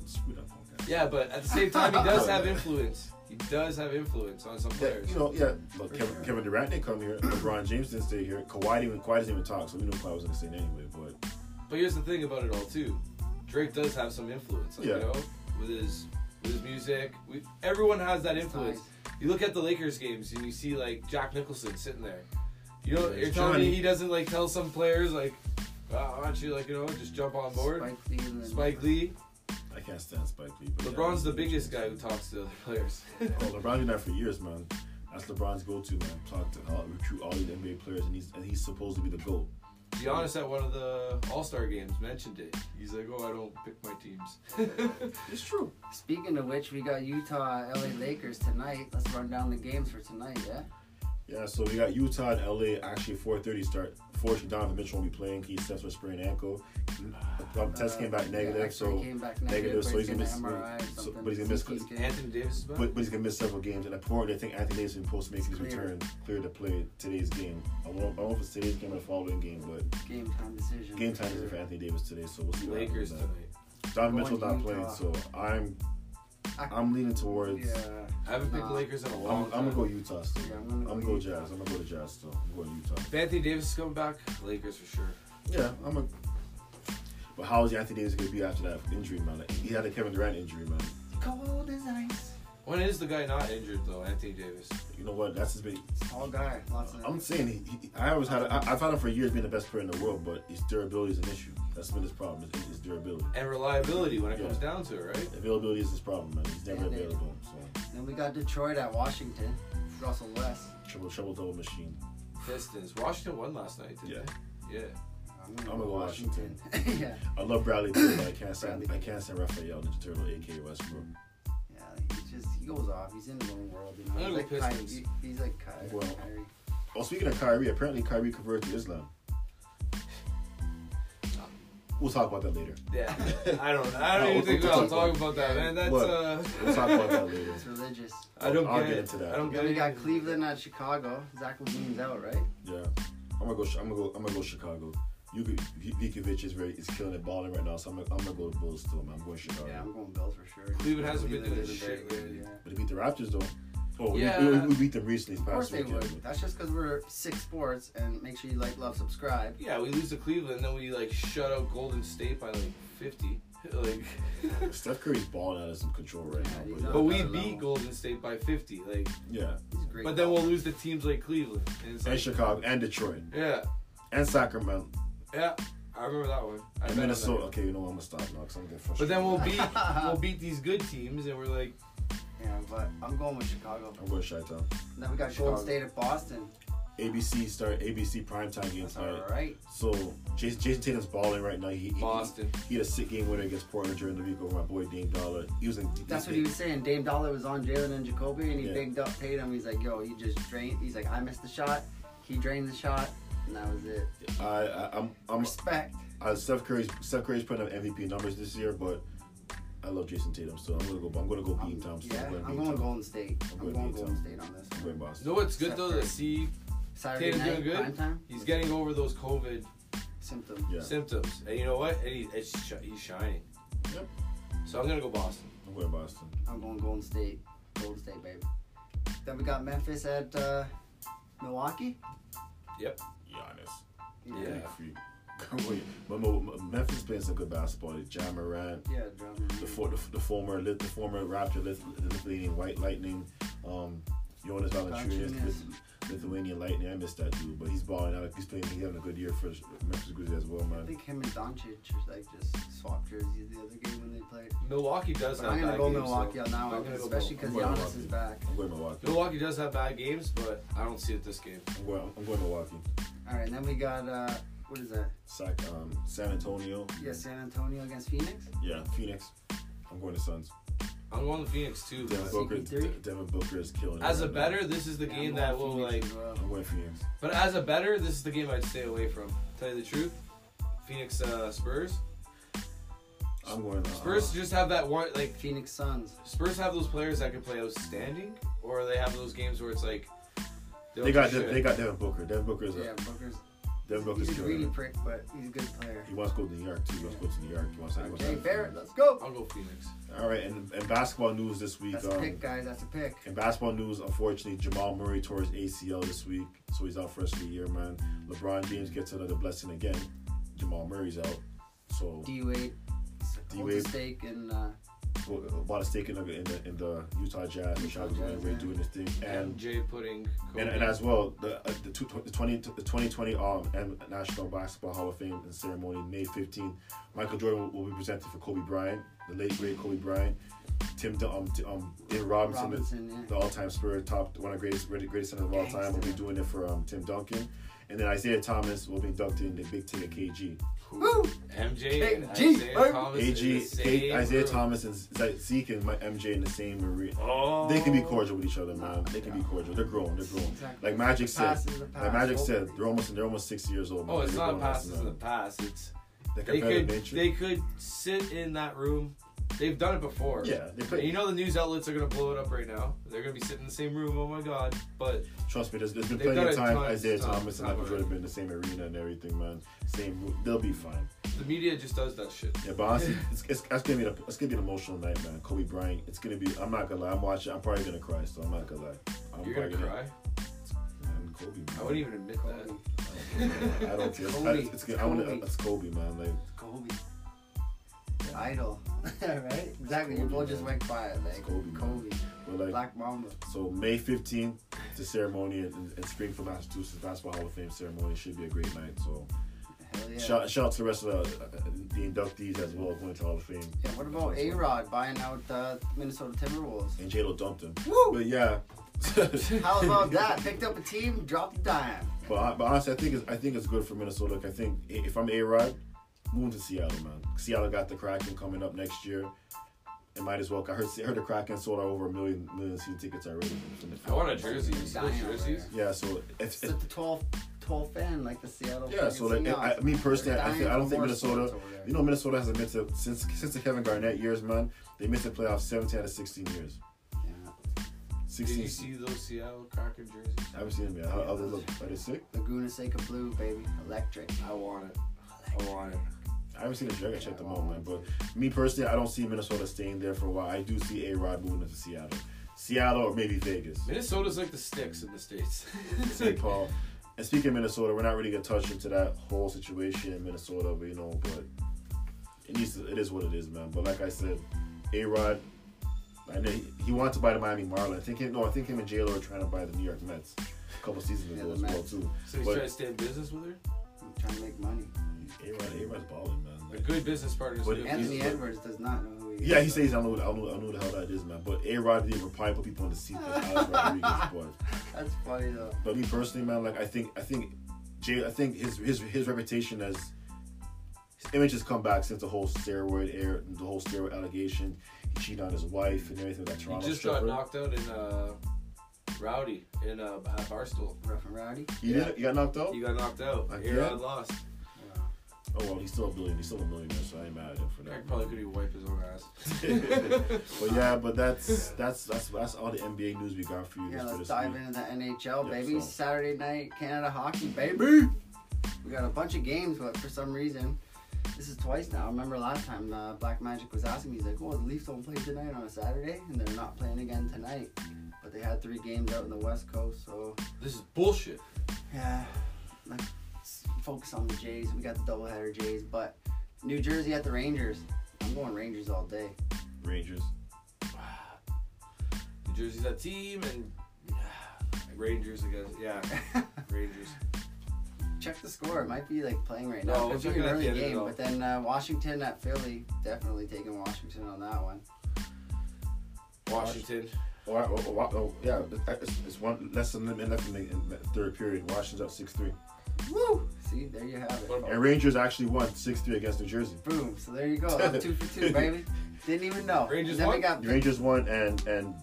[SPEAKER 3] Screw that punk ass.
[SPEAKER 2] yeah, but at the same time, he does have influence. He does have influence on some
[SPEAKER 3] Yeah,
[SPEAKER 2] players.
[SPEAKER 3] you know, yeah. Look,
[SPEAKER 1] For
[SPEAKER 3] Kevin,
[SPEAKER 1] sure.
[SPEAKER 3] Kevin Durant didn't come here. LeBron James didn't stay here. Kawhi didn't. Kawhi doesn't even talk, so we knew Kawhi was gonna stay anyway. But
[SPEAKER 2] But here's the thing about it all too. Drake does have some influence, like,
[SPEAKER 3] Yeah.
[SPEAKER 2] you know, with his with his music. We, everyone has that influence. You look at the Lakers games and you see like Jack Nicholson sitting there. You know,
[SPEAKER 3] Yeah,
[SPEAKER 2] you're
[SPEAKER 3] it's
[SPEAKER 2] telling me
[SPEAKER 3] Johnny.
[SPEAKER 2] he doesn't like tell some players like, "Wow, why don't you like you know just jump on board? Spike,
[SPEAKER 1] Spike Lee. and then-
[SPEAKER 2] Lee,
[SPEAKER 3] I can't stand Spike Lee. But yeah,
[SPEAKER 2] LeBron's the
[SPEAKER 3] he's-
[SPEAKER 2] biggest guy who talks to other players.
[SPEAKER 3] Oh, LeBron's been that for years, man. That's LeBron's go-to man. Talk to all, recruit all these NBA players, and he's and he's supposed to be the goat.
[SPEAKER 2] Giannis at one of the All Star games mentioned it. He's like, "Oh, I don't pick my teams."
[SPEAKER 3] It's true.
[SPEAKER 1] Speaking of which, we got Utah, LA Lakers tonight. Let's run down the games for tonight, yeah?
[SPEAKER 3] Yeah, so we got Utah and LA actually 4:30 start. Fortunately, Donovan Mitchell won't be playing. He steps with sprained ankle.
[SPEAKER 2] Ah,
[SPEAKER 3] Um, test
[SPEAKER 1] Uh,
[SPEAKER 3] came back
[SPEAKER 1] yeah,
[SPEAKER 3] negative,
[SPEAKER 1] X-ray
[SPEAKER 3] so
[SPEAKER 1] came back
[SPEAKER 3] negative, so
[SPEAKER 1] but
[SPEAKER 3] he's gonna
[SPEAKER 1] getting an
[SPEAKER 3] miss-
[SPEAKER 1] MRI or
[SPEAKER 3] so-
[SPEAKER 1] something.
[SPEAKER 3] but he's gonna miss-
[SPEAKER 1] CT scan.
[SPEAKER 2] Anthony Davis is back.
[SPEAKER 3] But, but he's gonna miss several games, and apparently, I think Anthony Davis is supposed to make his
[SPEAKER 1] Clear.
[SPEAKER 3] return clear to play today's game. I don't, I don't know if it's today's game or the following game, but
[SPEAKER 1] game time decision.
[SPEAKER 3] game time is for Anthony Davis today, so we'll see. what
[SPEAKER 2] Lakers
[SPEAKER 3] happens with
[SPEAKER 2] tonight.
[SPEAKER 3] that. Donovan
[SPEAKER 1] Going
[SPEAKER 3] Mitchell's not
[SPEAKER 1] Utah.
[SPEAKER 3] playing, so I'm I'm leaning towards.
[SPEAKER 1] Yeah.
[SPEAKER 2] I haven't picked
[SPEAKER 1] Nah.
[SPEAKER 2] Lakers in a
[SPEAKER 3] I'm,
[SPEAKER 2] long
[SPEAKER 3] I'm
[SPEAKER 2] time.
[SPEAKER 3] gonna go Utah still.
[SPEAKER 1] Yeah, I'm
[SPEAKER 3] I'm
[SPEAKER 1] gonna
[SPEAKER 3] gonna,
[SPEAKER 1] go
[SPEAKER 3] go
[SPEAKER 1] Utah.
[SPEAKER 3] Jazz. I'm gonna go to Jazz still. I'm going Utah.
[SPEAKER 2] If Anthony Davis is coming back, Lakers for sure.
[SPEAKER 3] Yeah, I'm a. But how is Anthony Davis gonna be after that injury, man? Like, he had a Kevin Durant injury, man.
[SPEAKER 1] Cold as ice.
[SPEAKER 2] When is the guy not injured though? Anthony Davis.
[SPEAKER 3] You know what? That's his big.
[SPEAKER 1] Tall guy. Lots of.
[SPEAKER 3] I'm saying he, he, I always had. I, I've had him for years being the best player in the world, but his durability is an issue. That's been his problem. Is, his durability.
[SPEAKER 2] And reliability when it
[SPEAKER 3] Yeah.
[SPEAKER 2] comes down to it, right?
[SPEAKER 3] Availability is his problem, man. He's never
[SPEAKER 1] Yeah, they-
[SPEAKER 3] available. So
[SPEAKER 1] Then we got Detroit at Washington. Russell West.
[SPEAKER 3] triple, triple, double machine.
[SPEAKER 2] Pistons. Washington won last night, didn't they? Yeah.
[SPEAKER 1] I'm
[SPEAKER 3] I'm gonna go Washington.
[SPEAKER 1] yeah.
[SPEAKER 3] I love Bradley, Beal, but I can't stand.
[SPEAKER 1] Bradley.
[SPEAKER 3] I can't stand Raphael Ninja Turtle, aka Westbrook.
[SPEAKER 1] Yeah, he just he goes off. He's in his own world. You know?
[SPEAKER 2] I'm gonna
[SPEAKER 1] he's,
[SPEAKER 2] go
[SPEAKER 1] like Kyrie,
[SPEAKER 2] Pistons.
[SPEAKER 1] he- he's like Kyrie.
[SPEAKER 3] Well.
[SPEAKER 1] Kyrie.
[SPEAKER 3] Well, Oh, speaking of Kyrie, apparently Kyrie converted to Islam. We'll talk about that later.
[SPEAKER 2] Yeah. I don't. I don't
[SPEAKER 3] No,
[SPEAKER 2] even
[SPEAKER 3] we'll-
[SPEAKER 2] think
[SPEAKER 3] we'll
[SPEAKER 2] I'll
[SPEAKER 3] talk
[SPEAKER 2] talk
[SPEAKER 3] about-
[SPEAKER 2] about that, man. That's
[SPEAKER 3] What?
[SPEAKER 2] uh.
[SPEAKER 3] We'll talk about that later.
[SPEAKER 1] It's religious.
[SPEAKER 2] I don't
[SPEAKER 3] I'll
[SPEAKER 2] get,
[SPEAKER 3] get
[SPEAKER 2] it.
[SPEAKER 3] into that.
[SPEAKER 2] I don't get
[SPEAKER 1] Then we
[SPEAKER 2] it.
[SPEAKER 1] got Cleveland at Chicago. Zach Levine's out, right?
[SPEAKER 3] Yeah, I'm gonna go. I'm gonna go. I'm gonna go Chicago. You Vukovic is very is killing it, balling right now. So I'm gonna, I'm gonna go to Bulls still, man. I'm going Chicago.
[SPEAKER 1] Yeah, I'm going Bills for sure.
[SPEAKER 2] Cleveland hasn't been doing
[SPEAKER 1] isn't very
[SPEAKER 2] shit
[SPEAKER 1] good,
[SPEAKER 2] lately.
[SPEAKER 1] yeah.
[SPEAKER 3] But they beat the Raptors though. Oh, we-
[SPEAKER 2] Yeah.
[SPEAKER 3] we, we, beat them recently.
[SPEAKER 1] Of course
[SPEAKER 3] past
[SPEAKER 1] they
[SPEAKER 3] weekend.
[SPEAKER 1] would. That's just because we're six sports. And make sure you like, love, subscribe.
[SPEAKER 2] Yeah, we lose to Cleveland, then we like shut out Golden State by like fifty. Like,
[SPEAKER 3] Steph Curry's balling out of some control right
[SPEAKER 1] Yeah, he's
[SPEAKER 3] now.
[SPEAKER 1] not
[SPEAKER 2] but
[SPEAKER 3] But
[SPEAKER 2] we
[SPEAKER 1] Another
[SPEAKER 2] beat
[SPEAKER 1] level.
[SPEAKER 2] Golden State by fifty. Like,
[SPEAKER 3] yeah,
[SPEAKER 1] He's great.
[SPEAKER 2] but then we'll lose to teams like Cleveland. And it's
[SPEAKER 3] yeah. and
[SPEAKER 2] like,
[SPEAKER 3] Chicago and Detroit
[SPEAKER 2] yeah,
[SPEAKER 3] and Sacramento
[SPEAKER 2] yeah, I remember that one. I bet on
[SPEAKER 3] and
[SPEAKER 2] that
[SPEAKER 3] Minnesota.
[SPEAKER 2] one.
[SPEAKER 3] Okay, you know what? I'm gonna stop now because I'm getting
[SPEAKER 2] But
[SPEAKER 3] frustrated.
[SPEAKER 2] then we'll beat we'll beat these good teams, and we're like,
[SPEAKER 1] Yeah, but I'm going with Chicago.
[SPEAKER 3] I'm going Chi Town.
[SPEAKER 1] Now we got
[SPEAKER 3] Chicago.
[SPEAKER 1] Golden State at Boston.
[SPEAKER 3] ABC start ABC primetime
[SPEAKER 1] That's
[SPEAKER 3] games tonight.
[SPEAKER 1] all right.
[SPEAKER 3] So Jason, Jason Tatum's balling right now. He, he
[SPEAKER 2] Boston.
[SPEAKER 3] He, had a sick game winner against Portland during the week over my boy Dame Dollar. He was in.
[SPEAKER 1] That's what he was saying. Dame Dollar was on Jalen and Jacoby, and he
[SPEAKER 3] Yeah.
[SPEAKER 1] bigged up Tatum. He's like, "Yo, he just drained." He's like, "I missed the shot. He drained the shot, and that was it."
[SPEAKER 3] I, I I'm I'm
[SPEAKER 1] Respect.
[SPEAKER 3] I, Steph Curry's Steph Curry's putting up MVP numbers this year, but I love Jason Tatum. So I'm gonna go. I'm gonna go
[SPEAKER 1] I'm,
[SPEAKER 3] beat Tom.
[SPEAKER 1] Um, yeah,
[SPEAKER 3] I'm
[SPEAKER 1] I'm
[SPEAKER 3] Bean
[SPEAKER 1] going
[SPEAKER 3] Town.
[SPEAKER 1] Golden State.
[SPEAKER 3] I'm
[SPEAKER 1] I'm
[SPEAKER 3] going
[SPEAKER 1] going
[SPEAKER 3] Bean
[SPEAKER 1] Golden
[SPEAKER 3] Town.
[SPEAKER 1] State on this.
[SPEAKER 3] I'm
[SPEAKER 1] one.
[SPEAKER 3] going Boston.
[SPEAKER 2] you know what's good though? To see
[SPEAKER 1] Saturday
[SPEAKER 2] Tatum
[SPEAKER 1] night
[SPEAKER 2] doing good?
[SPEAKER 1] prime time
[SPEAKER 2] he's getting over those COVID
[SPEAKER 1] symptom.
[SPEAKER 3] Yeah.
[SPEAKER 2] symptoms, and you know what? And he, it's sh- he's shining.
[SPEAKER 3] Yep.
[SPEAKER 2] So I'm gonna go Boston.
[SPEAKER 3] I'm going Boston.
[SPEAKER 1] I'm going Golden State. Golden State, baby. Then we got Memphis at uh, Milwaukee.
[SPEAKER 3] Giannis.
[SPEAKER 2] Yeah.
[SPEAKER 3] Freak. Come on, Mem- Mem- Memphis playing some good basketball. Jam Morant.
[SPEAKER 1] Yeah, drama.
[SPEAKER 3] the, for, the, the former the former Raptor Lith, Lithuanian White Lightning, um, Jonas Valanciunas, Lith, Lithuanian Lightning. I miss that dude, but he's balling out. He's playing. He's having a good year for Memphis Grizzlies as well,
[SPEAKER 1] I
[SPEAKER 3] man.
[SPEAKER 1] think him and Doncic just, like just swapped jerseys the other game when they played.
[SPEAKER 2] Milwaukee does
[SPEAKER 1] But
[SPEAKER 2] have
[SPEAKER 1] I'm gonna
[SPEAKER 2] bad
[SPEAKER 1] go
[SPEAKER 2] games,
[SPEAKER 1] Milwaukee
[SPEAKER 2] so
[SPEAKER 1] on that
[SPEAKER 2] I'm
[SPEAKER 1] one,
[SPEAKER 2] gonna go
[SPEAKER 1] especially
[SPEAKER 2] Mil-
[SPEAKER 1] because
[SPEAKER 3] I'm going
[SPEAKER 1] Giannis
[SPEAKER 3] Milwaukee.
[SPEAKER 1] is back.
[SPEAKER 3] I'm going Milwaukee.
[SPEAKER 2] Milwaukee does have bad games, but I don't see it this game.
[SPEAKER 3] I'm going, I'm going Milwaukee.
[SPEAKER 1] All right, and then we got uh, what is that?
[SPEAKER 3] Sac, um, San Antonio.
[SPEAKER 1] Yeah, San Antonio against Phoenix.
[SPEAKER 3] Yeah, Phoenix. I'm going to Suns.
[SPEAKER 2] I'm going to Phoenix too.
[SPEAKER 3] Devin
[SPEAKER 2] but
[SPEAKER 3] Booker.
[SPEAKER 1] CP three?
[SPEAKER 3] De- Devin Booker is killing. it
[SPEAKER 2] As a
[SPEAKER 3] right now.
[SPEAKER 2] better, this is the
[SPEAKER 1] Yeah,
[SPEAKER 2] game
[SPEAKER 1] I'm
[SPEAKER 2] that will
[SPEAKER 1] going
[SPEAKER 2] like.
[SPEAKER 1] Phoenix as well.
[SPEAKER 3] I'm going Phoenix.
[SPEAKER 2] But as a better, this is the game I'd stay away from. Tell you the truth, Phoenix uh, Spurs.
[SPEAKER 3] I'm going. Uh,
[SPEAKER 2] Spurs just have that one like.
[SPEAKER 1] Phoenix Suns.
[SPEAKER 2] Spurs have those players that can play outstanding, or they have those games where it's like.
[SPEAKER 3] They got
[SPEAKER 2] don't
[SPEAKER 3] De-
[SPEAKER 2] do
[SPEAKER 3] they got Devin Booker. Devin Booker is a
[SPEAKER 1] Yeah, Booker's.
[SPEAKER 3] Devin Booker's
[SPEAKER 1] He's a greedy
[SPEAKER 3] killing. it.
[SPEAKER 1] prick, but he's a good player.
[SPEAKER 3] He wants to go to New York too. He wants to go to New York. He wants to. he wants to-
[SPEAKER 1] Okay, Barrett, let's go.
[SPEAKER 2] I'll go Phoenix.
[SPEAKER 3] All right, and, and basketball news this week.
[SPEAKER 1] That's a
[SPEAKER 3] Um,
[SPEAKER 1] pick, guys. That's a pick.
[SPEAKER 3] in basketball news, unfortunately, Jamal Murray tore his ACL this week, so he's out for the rest of the year, man. LeBron James gets another blessing again. Jamal Murray's out, so
[SPEAKER 1] D Wade. Holds a
[SPEAKER 3] D-Wade.
[SPEAKER 1] stake and uh,
[SPEAKER 3] about a stake in the in the, in the Utah Jazz.
[SPEAKER 1] Utah
[SPEAKER 3] Utah Jazz
[SPEAKER 1] Jazz,
[SPEAKER 3] Ray
[SPEAKER 1] yeah.
[SPEAKER 3] doing his thing,
[SPEAKER 2] And
[SPEAKER 3] and
[SPEAKER 2] Jay putting.
[SPEAKER 3] and,
[SPEAKER 2] Kobe.
[SPEAKER 3] and as well the uh, the, two, the 20 the 2020 um and National Basketball Hall of Fame and ceremony May 15. Michael Jordan will, will be presented for Kobe Bryant, the late great Kobe Bryant. Tim Dun- um, T- um David Robinson, the-
[SPEAKER 1] Robinson.
[SPEAKER 3] the
[SPEAKER 1] Yeah.
[SPEAKER 3] all-time Spurs top one of the greatest greatest greatest centers of all time. We'll be doing it for um, Tim Duncan, and then Isaiah Thomas will be inducted in the Big Ten of KG.
[SPEAKER 1] Woo!
[SPEAKER 2] MJ and
[SPEAKER 1] KG, baby.
[SPEAKER 2] Isaiah Thomas. in Oh, the
[SPEAKER 3] AG, K-
[SPEAKER 2] same
[SPEAKER 3] Isaiah
[SPEAKER 2] room.
[SPEAKER 3] Thomas and Ze- Zeke and my MJ in the same arena.
[SPEAKER 2] Oh.
[SPEAKER 3] They can be cordial with each other, man. They can be cordial. They're grown. They're grown.
[SPEAKER 1] Exactly.
[SPEAKER 3] Like Magic said,
[SPEAKER 1] Passes the pass.
[SPEAKER 3] like Magic
[SPEAKER 1] Over.
[SPEAKER 3] said, they're almost they're almost sixty years old. Man.
[SPEAKER 2] Oh, it's
[SPEAKER 3] They're
[SPEAKER 2] not
[SPEAKER 3] grown-ups
[SPEAKER 2] passes in
[SPEAKER 3] now.
[SPEAKER 2] the past. It's
[SPEAKER 3] The
[SPEAKER 2] they
[SPEAKER 3] competitive
[SPEAKER 2] could
[SPEAKER 3] nature.
[SPEAKER 2] they could sit in that room. They've done it before.
[SPEAKER 3] yeah, they
[SPEAKER 2] And
[SPEAKER 3] play.
[SPEAKER 2] you know the news outlets are gonna blow it up right now. They're gonna be sitting in the same room. Oh my god! But
[SPEAKER 3] Trust me, there's, there's been
[SPEAKER 2] They've
[SPEAKER 3] plenty
[SPEAKER 2] done
[SPEAKER 3] of
[SPEAKER 2] it
[SPEAKER 3] time
[SPEAKER 2] tons,
[SPEAKER 3] Isaiah
[SPEAKER 2] tons,
[SPEAKER 3] Thomas and
[SPEAKER 2] tons
[SPEAKER 3] Michael
[SPEAKER 2] already.
[SPEAKER 3] Jordan been in the same arena and everything, man. Same, they'll be fine.
[SPEAKER 2] the media just does that shit.
[SPEAKER 3] Yeah, but honestly, it's, it's, that's gonna be the, it's gonna be an emotional night, man. Kobe Bryant. It's gonna be. I'm not gonna lie. I'm watching. I'm probably gonna cry. So I'm not gonna lie. I'm
[SPEAKER 2] You're gonna
[SPEAKER 3] probably
[SPEAKER 2] cry.
[SPEAKER 3] Man, Kobe. Man.
[SPEAKER 2] I wouldn't even admit that.
[SPEAKER 1] Kobe.
[SPEAKER 3] I don't care. I,
[SPEAKER 1] Kobe.
[SPEAKER 3] it's, gonna, I wanna,
[SPEAKER 1] Kobe.
[SPEAKER 3] it's Kobe, man. Like
[SPEAKER 1] Kobe. Idol. right? Exactly.
[SPEAKER 3] Kobe,
[SPEAKER 1] Your blood just
[SPEAKER 3] man.
[SPEAKER 1] went quiet. Like
[SPEAKER 3] Kobe, man.
[SPEAKER 1] Kobe.
[SPEAKER 3] we're like.
[SPEAKER 1] Black Mamba.
[SPEAKER 3] So May 15th, the ceremony in, in Springfield, Massachusetts, Basketball Hall of Fame ceremony should be a great night. So
[SPEAKER 1] Hell yeah.
[SPEAKER 3] shout, shout out to the rest of the, uh, the inductees as well going to Hall of Fame.
[SPEAKER 1] yeah. What about A Rod buying out uh, Minnesota Timberwolves?
[SPEAKER 3] And Jado dumped him.
[SPEAKER 1] Woo!
[SPEAKER 3] But yeah.
[SPEAKER 1] How about that? Picked up a team, dropped a dime.
[SPEAKER 3] But, but honestly, I think it's, I think it's good for Minnesota. Like, I think i- if I'm a Rod, moving to Seattle, man. Seattle got the Kraken coming up next year. It might as well. I heard, heard the Kraken sold out over a million million season tickets already. from the-
[SPEAKER 2] I want a jersey. You still
[SPEAKER 1] Dying over
[SPEAKER 2] jerseys?
[SPEAKER 1] there.
[SPEAKER 3] Yeah, so if,
[SPEAKER 1] It's like the 12, 12 fan, like the Seattle.
[SPEAKER 3] Yeah, so like, I, I mean, personally, I, think, I don't think Minnesota. You know, Minnesota hasn't been to since since the Kevin Garnett years, man. They missed the playoffs 17 out of 16 years.
[SPEAKER 1] Yeah.
[SPEAKER 2] Did
[SPEAKER 3] 16.
[SPEAKER 2] you see those Seattle Kraken jerseys?
[SPEAKER 3] I haven't seen them yet. How, how they look? Are they sick?
[SPEAKER 1] Laguna Seca Blue, baby. Electric.
[SPEAKER 2] I want it. I want it.
[SPEAKER 3] I haven't seen the Dragon check them out, man. But me personally, I don't see Minnesota staying there for a while. I do see A Rod moving into Seattle, Seattle or maybe Vegas,
[SPEAKER 2] Minnesota's like the sticks in the states.
[SPEAKER 3] St. Paul. And speaking of Minnesota, we're not really gonna touch into that whole situation in Minnesota, but you know, but it needs to, it is what it is, man. But like I said, A Rod, I know he, he wanted to buy the Miami Marlins. I think him, no, I think him and J Lo are trying to buy the New York Mets a couple seasons
[SPEAKER 1] Yeah, the
[SPEAKER 3] ago as well
[SPEAKER 1] Mets.
[SPEAKER 3] too.
[SPEAKER 2] So he's
[SPEAKER 3] But-
[SPEAKER 2] trying to stay in business with her.
[SPEAKER 1] I'm trying to make money.
[SPEAKER 3] A Rod, A Rod's balling, man.
[SPEAKER 2] A
[SPEAKER 3] Like,
[SPEAKER 2] good business partner. is
[SPEAKER 3] But
[SPEAKER 2] good
[SPEAKER 3] Anthony
[SPEAKER 2] business.
[SPEAKER 1] Anthony Edwards does not know who he is.
[SPEAKER 3] yeah, he says I know, I know, I know the hell that is, man. But A Rod didn't even probably put people in the seat for Alex Rodriguez, but.
[SPEAKER 1] That's funny though.
[SPEAKER 3] But me personally, man, like I think I think Jay, I think his his his reputation as his image has come back since the whole steroid air, the whole steroid allegation. He cheated on his wife and everything. with That Toronto
[SPEAKER 2] He just
[SPEAKER 3] stripper.
[SPEAKER 2] got knocked out in uh, Rowdy in uh, at Barstool.
[SPEAKER 1] Rough and rowdy.
[SPEAKER 3] He did. He got knocked
[SPEAKER 1] Oh.
[SPEAKER 3] out.
[SPEAKER 2] He got knocked out.
[SPEAKER 3] Like, yeah.
[SPEAKER 2] Aaron lost.
[SPEAKER 3] Oh well, he's still a billion. He's still a millionaire, so I ain't mad at him for
[SPEAKER 2] Craig
[SPEAKER 3] that.
[SPEAKER 2] probably could even wipe his own ass.
[SPEAKER 3] but yeah, but that's that's that's that's all the NBA news we got for you.
[SPEAKER 1] Yeah,
[SPEAKER 3] this- for
[SPEAKER 1] let's
[SPEAKER 3] this
[SPEAKER 1] dive
[SPEAKER 3] week.
[SPEAKER 1] into the NHL,
[SPEAKER 3] Yeah,
[SPEAKER 1] baby.
[SPEAKER 3] so- Mm-hmm.
[SPEAKER 1] Saturday night, Canada hockey, baby. We got a bunch of games, but for some reason, this is twice now. I remember last time uh, Black Magic was asking me, he's like, "Oh, the Leafs don't play tonight on a Saturday, and they're not playing again tonight." But they had three games out in the West Coast, so
[SPEAKER 2] this is bullshit.
[SPEAKER 1] yeah. Let's focus on the Jays. We got the doubleheader Jays, but New Jersey at the Rangers. I'm going Rangers all day.
[SPEAKER 3] Rangers.
[SPEAKER 2] New Jersey's that team, and Rangers, I guess. Yeah, Rangers.
[SPEAKER 1] Check the score. It might be like playing right now.
[SPEAKER 2] No, we'll
[SPEAKER 1] it could
[SPEAKER 2] check
[SPEAKER 1] be
[SPEAKER 2] it
[SPEAKER 1] an
[SPEAKER 2] at
[SPEAKER 1] early
[SPEAKER 2] the end of
[SPEAKER 1] game,
[SPEAKER 2] it all.
[SPEAKER 1] but then uh, Washington at Philly. Definitely taking Washington on that one.
[SPEAKER 2] Washington.
[SPEAKER 3] Or, or, or, or oh, yeah, it's, it's one less than a minute left in the, in the third period. Washington's up six three,
[SPEAKER 1] Woo! See, there you have it.
[SPEAKER 2] What about-
[SPEAKER 3] and Rangers actually won six three against New Jersey.
[SPEAKER 1] Boom. So there you go. I'm two for two, baby. Didn't even know.
[SPEAKER 2] Rangers
[SPEAKER 1] And then we
[SPEAKER 2] won?
[SPEAKER 1] got
[SPEAKER 3] The Rangers won, and and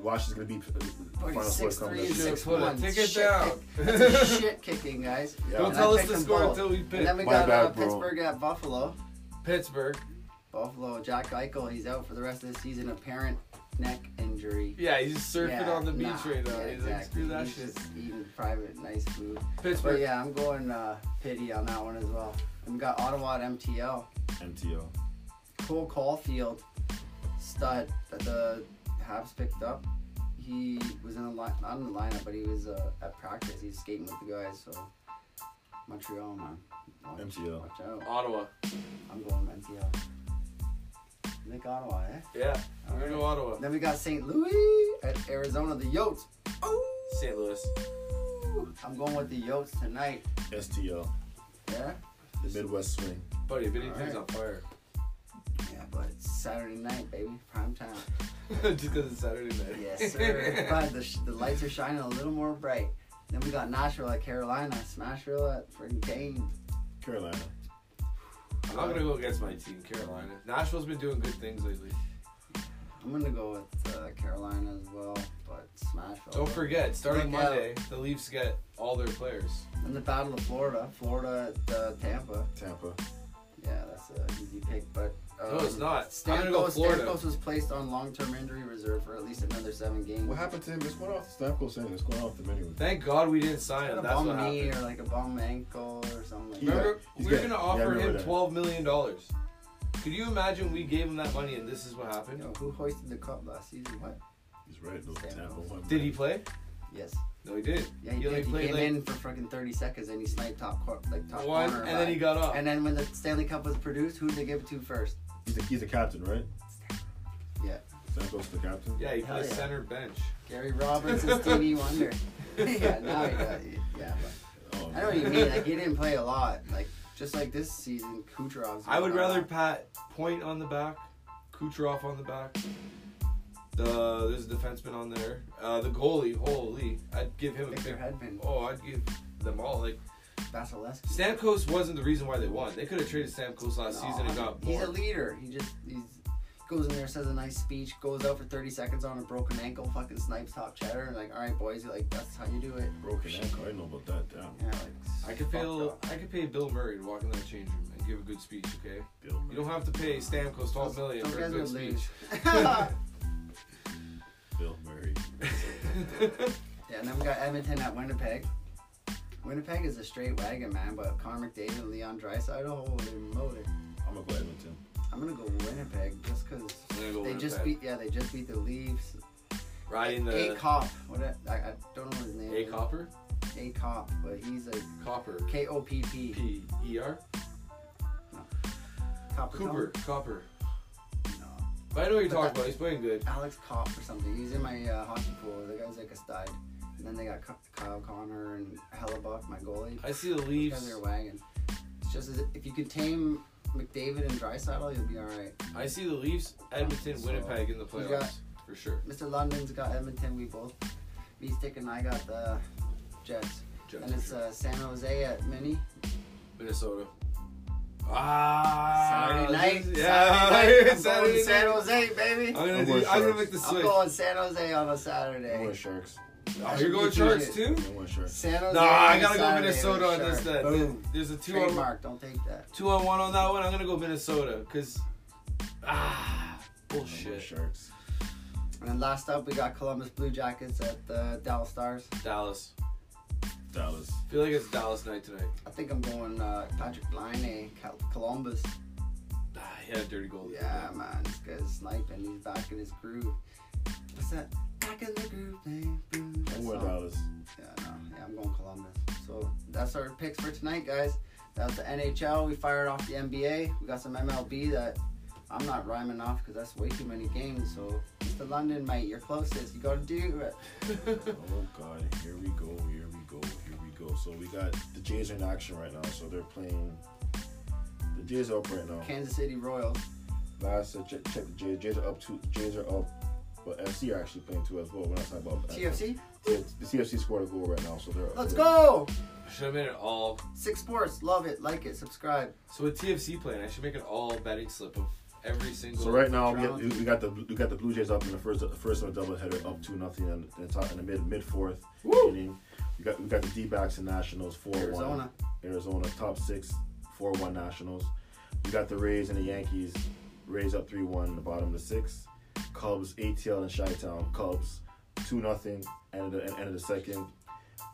[SPEAKER 3] Washington's gonna beat final score
[SPEAKER 1] six
[SPEAKER 3] coming
[SPEAKER 1] three and
[SPEAKER 3] up.
[SPEAKER 1] six
[SPEAKER 2] Put a
[SPEAKER 1] one.
[SPEAKER 2] ticket
[SPEAKER 1] Shit
[SPEAKER 2] down.
[SPEAKER 1] kick. That's a shit kicking, guys.
[SPEAKER 3] Yeah.
[SPEAKER 2] Don't
[SPEAKER 1] And I
[SPEAKER 2] tell us
[SPEAKER 1] picked
[SPEAKER 2] the
[SPEAKER 1] them
[SPEAKER 2] score
[SPEAKER 1] both.
[SPEAKER 2] until we
[SPEAKER 1] And
[SPEAKER 2] pick
[SPEAKER 1] then we
[SPEAKER 3] My
[SPEAKER 1] got uh,
[SPEAKER 3] bad, bro.
[SPEAKER 1] Pittsburgh at Buffalo.
[SPEAKER 2] Pittsburgh.
[SPEAKER 1] Buffalo. Jack Eichel. He's out for the rest of the season. Apparent neck injury.
[SPEAKER 2] Yeah, he's just surfing
[SPEAKER 1] Yeah,
[SPEAKER 2] on the beach
[SPEAKER 1] nah,
[SPEAKER 2] right now.
[SPEAKER 1] yeah,
[SPEAKER 2] he's like, screw that
[SPEAKER 1] He's
[SPEAKER 2] shit.
[SPEAKER 1] just eating private, nice food. But
[SPEAKER 2] Pittsburgh.
[SPEAKER 1] yeah, I'm going uh, pity on that one as well. And we got Ottawa at MTL.
[SPEAKER 3] MTO.
[SPEAKER 1] Cole Caulfield, stud that the Habs picked up. He was in the line, not in the lineup, but he was uh, at practice. He's skating with the guys. So Montreal, man. Watch,
[SPEAKER 3] MTL.
[SPEAKER 1] Watch out.
[SPEAKER 2] Ottawa.
[SPEAKER 1] I'm going MTL. Nick Ottawa, eh?
[SPEAKER 2] Yeah, I'm gonna go Ottawa.
[SPEAKER 1] Then we got St. Louis at Arizona. The Yotes. Oh.
[SPEAKER 2] St. Louis.
[SPEAKER 1] I'm going with the Yotes tonight.
[SPEAKER 3] STL.
[SPEAKER 1] Yeah.
[SPEAKER 3] The Midwest Swing.
[SPEAKER 2] Buddy, Bennington's
[SPEAKER 1] Alright.
[SPEAKER 2] on fire.
[SPEAKER 1] Yeah, but it's Saturday night, baby, prime time.
[SPEAKER 2] just because it's Saturday night.
[SPEAKER 1] Yes, sir. but the, sh- the lights are shining a little more bright. Then we got Nashville at Carolina, Smashville at friggin' Kane.
[SPEAKER 3] Carolina.
[SPEAKER 2] I'm not gonna go against my team, Carolina. Nashville's been doing good things lately.
[SPEAKER 1] I'm gonna go with uh, Carolina as well, but Smashville.
[SPEAKER 2] Don't forget, starting
[SPEAKER 1] Look out.
[SPEAKER 2] Monday, the Leafs get all their players.
[SPEAKER 1] And the Battle of Florida, Florida at uh, Tampa.
[SPEAKER 3] Tampa.
[SPEAKER 1] Yeah, that's an easy pick, but um,
[SPEAKER 2] No, it's not. I'm gonna go
[SPEAKER 1] Stamkos,
[SPEAKER 2] Florida.
[SPEAKER 1] Stamkos was placed on long-term injury reserve for at least another seven games.
[SPEAKER 3] What happened to him? It's going off the Stamkos saying it's going off the menu.
[SPEAKER 2] Thank God we didn't sign
[SPEAKER 1] Had
[SPEAKER 2] him.
[SPEAKER 1] a
[SPEAKER 2] That's what
[SPEAKER 1] bum knee
[SPEAKER 2] happened.
[SPEAKER 1] or like a bum ankle or something. Like
[SPEAKER 3] Yeah.
[SPEAKER 1] that.
[SPEAKER 2] Remember,
[SPEAKER 3] he's
[SPEAKER 2] we were
[SPEAKER 3] good.
[SPEAKER 2] gonna
[SPEAKER 3] Yeah, I
[SPEAKER 2] offer
[SPEAKER 3] remember
[SPEAKER 2] him
[SPEAKER 3] that.
[SPEAKER 2] twelve million dollars. Could you imagine we gave him that money and this is what happened?
[SPEAKER 1] Yo, who hoisted the cup last season? What?
[SPEAKER 3] He's right though.
[SPEAKER 1] Stamkos.
[SPEAKER 3] Tampa won,
[SPEAKER 2] Did he
[SPEAKER 3] man.
[SPEAKER 2] play?
[SPEAKER 1] Yes.
[SPEAKER 2] No, he did.
[SPEAKER 1] Yeah, he,
[SPEAKER 2] He only
[SPEAKER 1] did. He
[SPEAKER 2] played,
[SPEAKER 1] came
[SPEAKER 2] like-
[SPEAKER 1] in for fucking 30 seconds and he sniped top cor- like top
[SPEAKER 2] One,
[SPEAKER 1] corner.
[SPEAKER 2] and then he got
[SPEAKER 1] off.
[SPEAKER 2] up.
[SPEAKER 1] And then when the Stanley Cup was produced, who did they give it to first?
[SPEAKER 3] He's a, he's a captain, right?
[SPEAKER 1] Yeah.
[SPEAKER 3] Stamkos the captain.
[SPEAKER 2] Yeah, he
[SPEAKER 1] Hell
[SPEAKER 2] plays
[SPEAKER 1] yeah.
[SPEAKER 2] center bench.
[SPEAKER 1] Gary Roberts and Stevie Wonder. yeah, now he got Yeah,
[SPEAKER 3] Oh,
[SPEAKER 1] but I know what you mean. Like, he didn't play a lot. Like, just like this season, Kucherov's.
[SPEAKER 2] I would
[SPEAKER 1] got
[SPEAKER 2] rather
[SPEAKER 1] off.
[SPEAKER 2] pat Point on the back, Kucherov on the back. The there's a defenseman on there. Uh, the goalie, holy, I'd give him a
[SPEAKER 1] Victor
[SPEAKER 2] big.
[SPEAKER 1] Hedman,
[SPEAKER 2] Oh, I'd give them all. Like
[SPEAKER 1] Vasilevsky.
[SPEAKER 2] Stamkos wasn't the reason why they won. They could have traded Stamkos last
[SPEAKER 1] No,
[SPEAKER 2] season and got
[SPEAKER 1] He's a
[SPEAKER 2] more.
[SPEAKER 1] leader. He just he's goes in there, says a nice speech, goes out for 30 seconds on a broken ankle, fucking snipes top cheddar, and like, all right, boys, you're like that's how you do it.
[SPEAKER 3] Broken ankle. I didn't know about that. Damn.
[SPEAKER 1] Yeah, like,
[SPEAKER 2] I could
[SPEAKER 1] fuck
[SPEAKER 2] feel.
[SPEAKER 1] off.
[SPEAKER 2] I could pay Bill Murray to walk in that change room and give a good speech. Okay,
[SPEAKER 3] Bill
[SPEAKER 2] you
[SPEAKER 3] Murray.
[SPEAKER 2] don't have to pay Stamkos twelve million
[SPEAKER 1] Those
[SPEAKER 2] for a
[SPEAKER 1] guys
[SPEAKER 2] good
[SPEAKER 1] would
[SPEAKER 2] speech.
[SPEAKER 1] lose. yeah,
[SPEAKER 2] speech.
[SPEAKER 3] Bill Murray.
[SPEAKER 1] and then we got Edmonton at Winnipeg. Winnipeg is a straight wagon, man. But Connor McDavid and Leon Draisaitl, holy moly!
[SPEAKER 3] I'm gonna go Edmonton.
[SPEAKER 1] I'm gonna go Winnipeg just because
[SPEAKER 2] I'm gonna go
[SPEAKER 1] they just
[SPEAKER 2] Winnipeg.
[SPEAKER 1] beat. Yeah, they just beat the Leafs.
[SPEAKER 2] riding
[SPEAKER 1] A
[SPEAKER 2] the
[SPEAKER 1] cop. What a- I, I don't know his name.
[SPEAKER 2] a copper
[SPEAKER 1] A cop, but he's a
[SPEAKER 2] copper
[SPEAKER 1] K O P P.
[SPEAKER 2] P E R
[SPEAKER 1] Copper
[SPEAKER 2] Cooper copper.
[SPEAKER 1] Cup? No.
[SPEAKER 2] But I know what
[SPEAKER 1] But
[SPEAKER 2] you're talking
[SPEAKER 1] that-
[SPEAKER 2] about. He's playing good.
[SPEAKER 1] Alex Kopp or something. He's in my uh, hockey pool. The guy's like a stud. And then they got Ky- Kyle Connor and Hellebuck, my goalie.
[SPEAKER 2] I see the
[SPEAKER 1] Those
[SPEAKER 2] Leafs.
[SPEAKER 1] guys are wagon. It's just as if you can tame McDavid and Drysaddle, you'll be all right.
[SPEAKER 2] I see the Leafs, Edmonton,
[SPEAKER 1] So,
[SPEAKER 2] Winnipeg in the playoffs
[SPEAKER 1] got-
[SPEAKER 2] for sure.
[SPEAKER 1] Mr. London's got Edmonton. We both, me Stick and I got the Jets.
[SPEAKER 2] Jets
[SPEAKER 1] and
[SPEAKER 2] for
[SPEAKER 1] it's
[SPEAKER 2] sure.
[SPEAKER 1] uh, San Jose at Mini.
[SPEAKER 2] Minnesota. Ah,
[SPEAKER 1] Saturday night.
[SPEAKER 2] this is- Yeah,
[SPEAKER 1] Saturday
[SPEAKER 2] Oh,
[SPEAKER 1] night. I'm going to San Jose, baby.
[SPEAKER 2] I'm gonna do.
[SPEAKER 3] I'm going
[SPEAKER 2] I'm gonna
[SPEAKER 3] Sharks.
[SPEAKER 2] make the
[SPEAKER 1] I'm
[SPEAKER 2] switch.
[SPEAKER 1] going San Jose on a
[SPEAKER 3] I'm
[SPEAKER 1] Saturday.
[SPEAKER 3] going Sharks.
[SPEAKER 2] Oh, you're going
[SPEAKER 1] That's what you
[SPEAKER 2] Sharks
[SPEAKER 1] do.
[SPEAKER 2] too?
[SPEAKER 3] I'm going Sharks.
[SPEAKER 1] San Jose.
[SPEAKER 2] Nah,
[SPEAKER 1] on
[SPEAKER 2] I
[SPEAKER 1] a
[SPEAKER 2] gotta go
[SPEAKER 1] Saturday
[SPEAKER 2] Minnesota on
[SPEAKER 1] with
[SPEAKER 2] this.
[SPEAKER 1] Sharks.
[SPEAKER 2] That
[SPEAKER 1] Boom.
[SPEAKER 2] there's a two on
[SPEAKER 1] Trademark. Don't take that.
[SPEAKER 2] two on one on that one. I'm gonna go Minnesota because ah
[SPEAKER 3] I'm going
[SPEAKER 2] bullshit.
[SPEAKER 3] Sharks.
[SPEAKER 1] And then last up, we got Columbus Blue Jackets at the Dallas Stars.
[SPEAKER 2] Dallas.
[SPEAKER 3] Dallas.
[SPEAKER 2] I feel like it's Dallas night tonight.
[SPEAKER 1] I think I'm going uh, Patrick Line, Cal- Columbus.
[SPEAKER 2] Ah, he had a dirty goal.
[SPEAKER 1] Oh, Yeah, man, this guy's sniping. He's back in his groove. What's that? Back in the groove, baby. That
[SPEAKER 3] I'm going
[SPEAKER 1] song.
[SPEAKER 3] Dallas.
[SPEAKER 1] Yeah, no, yeah, I'm going Columbus. So that's our picks for tonight, guys. That's the NHL. We fired off the NBA. We got some MLB that I'm not rhyming off because that's way too many games. So, Mr. London, mate, you're closest. You gotta do it.
[SPEAKER 3] Oh God, here we go, here we go, here we go. So we got the Jays are in action right now. So they're playing. The Jays are up right now.
[SPEAKER 1] Kansas City Royals.
[SPEAKER 3] Last I check, check the Jays. Jays are up two. Jays are up. But FC are actually playing two as well. We're not talking about
[SPEAKER 1] TFC.
[SPEAKER 3] Yeah, the CFC scored a goal right now, so they're.
[SPEAKER 1] Let's
[SPEAKER 3] they're-
[SPEAKER 1] go.
[SPEAKER 2] Should have made it all.
[SPEAKER 1] Six Sports, love it, like it, subscribe.
[SPEAKER 2] So with TFC playing, I should make an all betting slip of every single.
[SPEAKER 3] So right now we got, we got the we got the Blue Jays up in the first first of a doubleheader up two nothing and in the, top, in the mid mid fourth
[SPEAKER 2] Woo!
[SPEAKER 3] inning. We got we got the D backs and Nationals four one
[SPEAKER 1] Arizona.
[SPEAKER 3] Arizona top six four one Nationals. We got the Rays and the Yankees. Rays up three one in the bottom of the sixth. Cubs ATL and Chi Town Cubs two nothing end of the end of the second.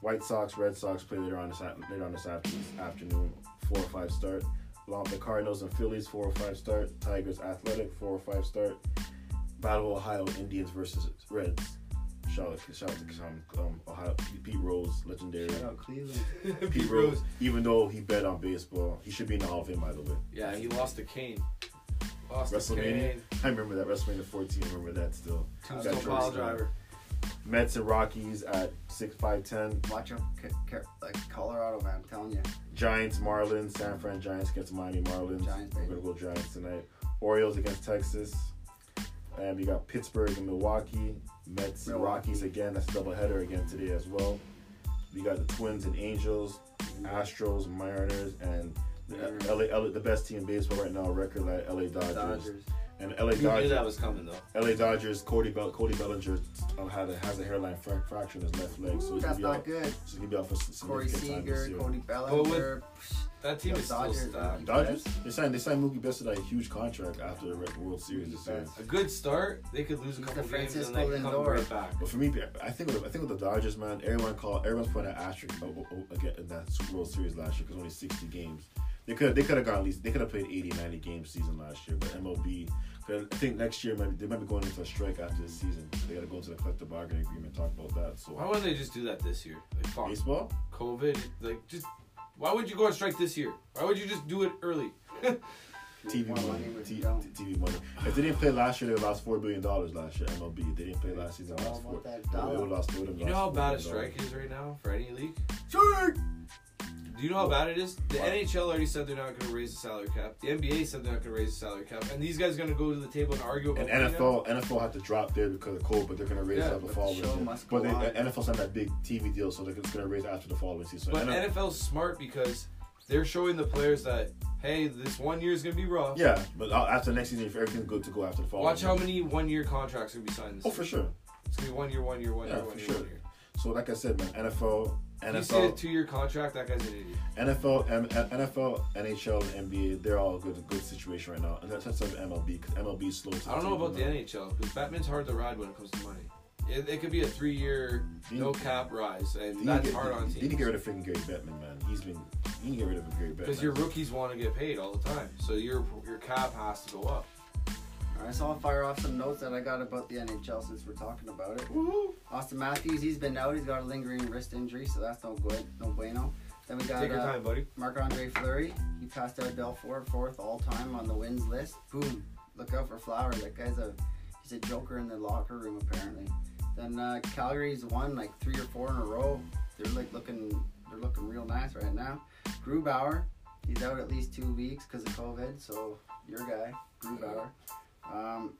[SPEAKER 3] White Sox, Red Sox play later on this a- later on this after- afternoon, four or five start. Along with the Cardinals and Phillies, four or five start. Tigers, Athletic, four or five start. Battle of Ohio Indians versus Reds. Shout out, shout out to um, um, Ohio Pete Rose, legendary.
[SPEAKER 1] Shout out Cleveland.
[SPEAKER 3] Pete Rose, even though he bet on baseball, he should be in the Hall of Fame by the way.
[SPEAKER 2] Yeah, he lost to Kane. Lost to
[SPEAKER 3] WrestleMania,
[SPEAKER 2] Kane.
[SPEAKER 3] I remember that WrestleMania 14. I remember that still.
[SPEAKER 2] Tombstone
[SPEAKER 3] Got
[SPEAKER 2] pile
[SPEAKER 3] Georgetown.
[SPEAKER 2] driver.
[SPEAKER 3] Mets and Rockies at six five ten.
[SPEAKER 1] Watch out, ca- ca- like Colorado, man. I'm telling you.
[SPEAKER 3] Giants, Marlins, San Fran Giants against Miami Marlins.
[SPEAKER 1] Giants,
[SPEAKER 3] We're
[SPEAKER 1] baby.
[SPEAKER 3] gonna go Giants tonight. Orioles against Texas. And we got Pittsburgh and Milwaukee. Mets and
[SPEAKER 1] Milwaukee.
[SPEAKER 3] Rockies again. That's a doubleheader again today as well. We got the Twins and Angels, Astros, Mariners, and the, uh,
[SPEAKER 1] Mariners.
[SPEAKER 3] LA, LA, the best team in baseball right now, record like LA Dodgers.
[SPEAKER 1] Dodgers.
[SPEAKER 3] And LA
[SPEAKER 2] You knew
[SPEAKER 3] Dodgers,
[SPEAKER 2] that was coming though.
[SPEAKER 3] LA Dodgers, Cody Bell, Cody Bellinger um, had a, has a hairline fra- fracture in his left leg, so he's gonna
[SPEAKER 1] That's
[SPEAKER 3] be
[SPEAKER 1] not
[SPEAKER 3] out.
[SPEAKER 1] good.
[SPEAKER 3] So he'll be out for s-
[SPEAKER 1] Corey
[SPEAKER 3] significant time this
[SPEAKER 1] Seager,
[SPEAKER 3] year.
[SPEAKER 1] Cody Bellinger.
[SPEAKER 2] That team
[SPEAKER 1] The
[SPEAKER 2] is still
[SPEAKER 1] Dodgers.
[SPEAKER 2] stacked.
[SPEAKER 3] Dodgers, they signed they signed Mookie Betts to that huge contract after the Re- World Series this year.
[SPEAKER 1] Betts.
[SPEAKER 2] A good start, they could lose a
[SPEAKER 1] He's
[SPEAKER 2] couple
[SPEAKER 1] the
[SPEAKER 2] games and
[SPEAKER 1] Francisco
[SPEAKER 2] they come
[SPEAKER 1] Lindor.
[SPEAKER 2] right back.
[SPEAKER 3] But for me, I think with, I think with the Dodgers, man, everyone call everyone's putting an asterisk o- o- again in that World Series last year because only sixty games. They could they could have gone at least they could have played 80, 90 games season last year, but MLB. 'cause I think next year might, they might be going into a strike after this season. They got to go into the collective bargaining agreement talk about that.
[SPEAKER 2] Why
[SPEAKER 3] So
[SPEAKER 2] wouldn't they just do that this year? Like fuck
[SPEAKER 3] baseball,
[SPEAKER 2] COVID, like just why would you go on strike this year? Why would you just do it early?
[SPEAKER 3] TV
[SPEAKER 1] More
[SPEAKER 3] money,
[SPEAKER 1] money would
[SPEAKER 3] T-
[SPEAKER 1] go.
[SPEAKER 3] TV money. If they didn't play last year, they would lost four billion dollars last year. MLB, if they didn't play last season,
[SPEAKER 1] It's all
[SPEAKER 3] lost four.
[SPEAKER 1] about that
[SPEAKER 3] They
[SPEAKER 1] dollar.
[SPEAKER 3] would have lost. They would have
[SPEAKER 2] You know how bad a
[SPEAKER 3] $4 billion.
[SPEAKER 2] strike is right now for any league?
[SPEAKER 1] Sure.
[SPEAKER 2] Do you know how bad it is? The
[SPEAKER 3] Why?
[SPEAKER 2] NHL already said they're not going to raise the salary cap. The NBA said they're not going to raise the salary cap. And these guys are going to go to the table and argue about
[SPEAKER 3] And
[SPEAKER 2] money now?
[SPEAKER 3] NFL, NFL had to drop there because of cold, but they're gonna raise
[SPEAKER 2] Yeah,
[SPEAKER 3] up the
[SPEAKER 1] but the
[SPEAKER 3] following.
[SPEAKER 1] show
[SPEAKER 3] season.
[SPEAKER 1] must
[SPEAKER 3] but eh,
[SPEAKER 1] go on.
[SPEAKER 3] they, NFL signed that big TV deal, so they're it's gonna raise after the following season. So
[SPEAKER 2] But
[SPEAKER 3] NFL
[SPEAKER 2] NFL's smart because they're showing the players that, hey, this one year is going to be rough.
[SPEAKER 3] yeah, but uh, after next season, if everything's good to go after the following.
[SPEAKER 2] Watch how
[SPEAKER 3] season.
[SPEAKER 2] many one year contracts are going to be signed this
[SPEAKER 3] Oh,
[SPEAKER 2] year.
[SPEAKER 3] for sure.
[SPEAKER 2] It's going to be one year, one year, one
[SPEAKER 3] Yeah,
[SPEAKER 2] year,
[SPEAKER 3] for
[SPEAKER 2] one year,
[SPEAKER 3] sure.
[SPEAKER 2] one year.
[SPEAKER 3] So like I said, man, NFL,
[SPEAKER 2] You see a
[SPEAKER 3] NFL,
[SPEAKER 2] two year contract, that guy's an idiot.
[SPEAKER 3] NFL, M- NFL, NHL, and NBA, they're all good, good situation right now. And that's that's of MLB. 'cause MLB is slow. To
[SPEAKER 2] I don't know
[SPEAKER 3] table
[SPEAKER 2] about the
[SPEAKER 3] now.
[SPEAKER 2] NHL because Batman's hard to ride when it comes to money. It, it could be a three year,
[SPEAKER 3] They-
[SPEAKER 2] no cap rise,
[SPEAKER 3] They
[SPEAKER 2] and
[SPEAKER 3] need
[SPEAKER 2] that's
[SPEAKER 3] to get-
[SPEAKER 2] hard on
[SPEAKER 3] They need to
[SPEAKER 2] teams.
[SPEAKER 3] get rid of freaking Gary Bettman, man. He's been. You need to get rid of Gary Bettman.
[SPEAKER 2] Because your rookies want to get paid all the time, so your your cap has to go up.
[SPEAKER 1] All right, so I'll fire off some notes that I got about the NHL since we're talking about it. Austin Matthews, he's been out. He's got a lingering wrist injury, so that's no good, no bueno. Then we got
[SPEAKER 2] Take your
[SPEAKER 1] uh,
[SPEAKER 2] time, buddy.
[SPEAKER 1] Marc Andre Fleury. He passed out Belfort fourth all time on the wins list. Boom. Look out for Flowers. That guy's a he's a joker in the locker room apparently. Then uh, Calgary's won like three or four in a row. They're like looking they're looking real nice right now. Grubauer, he's out at least two weeks because of COVID. So your guy, Grubauer. Um,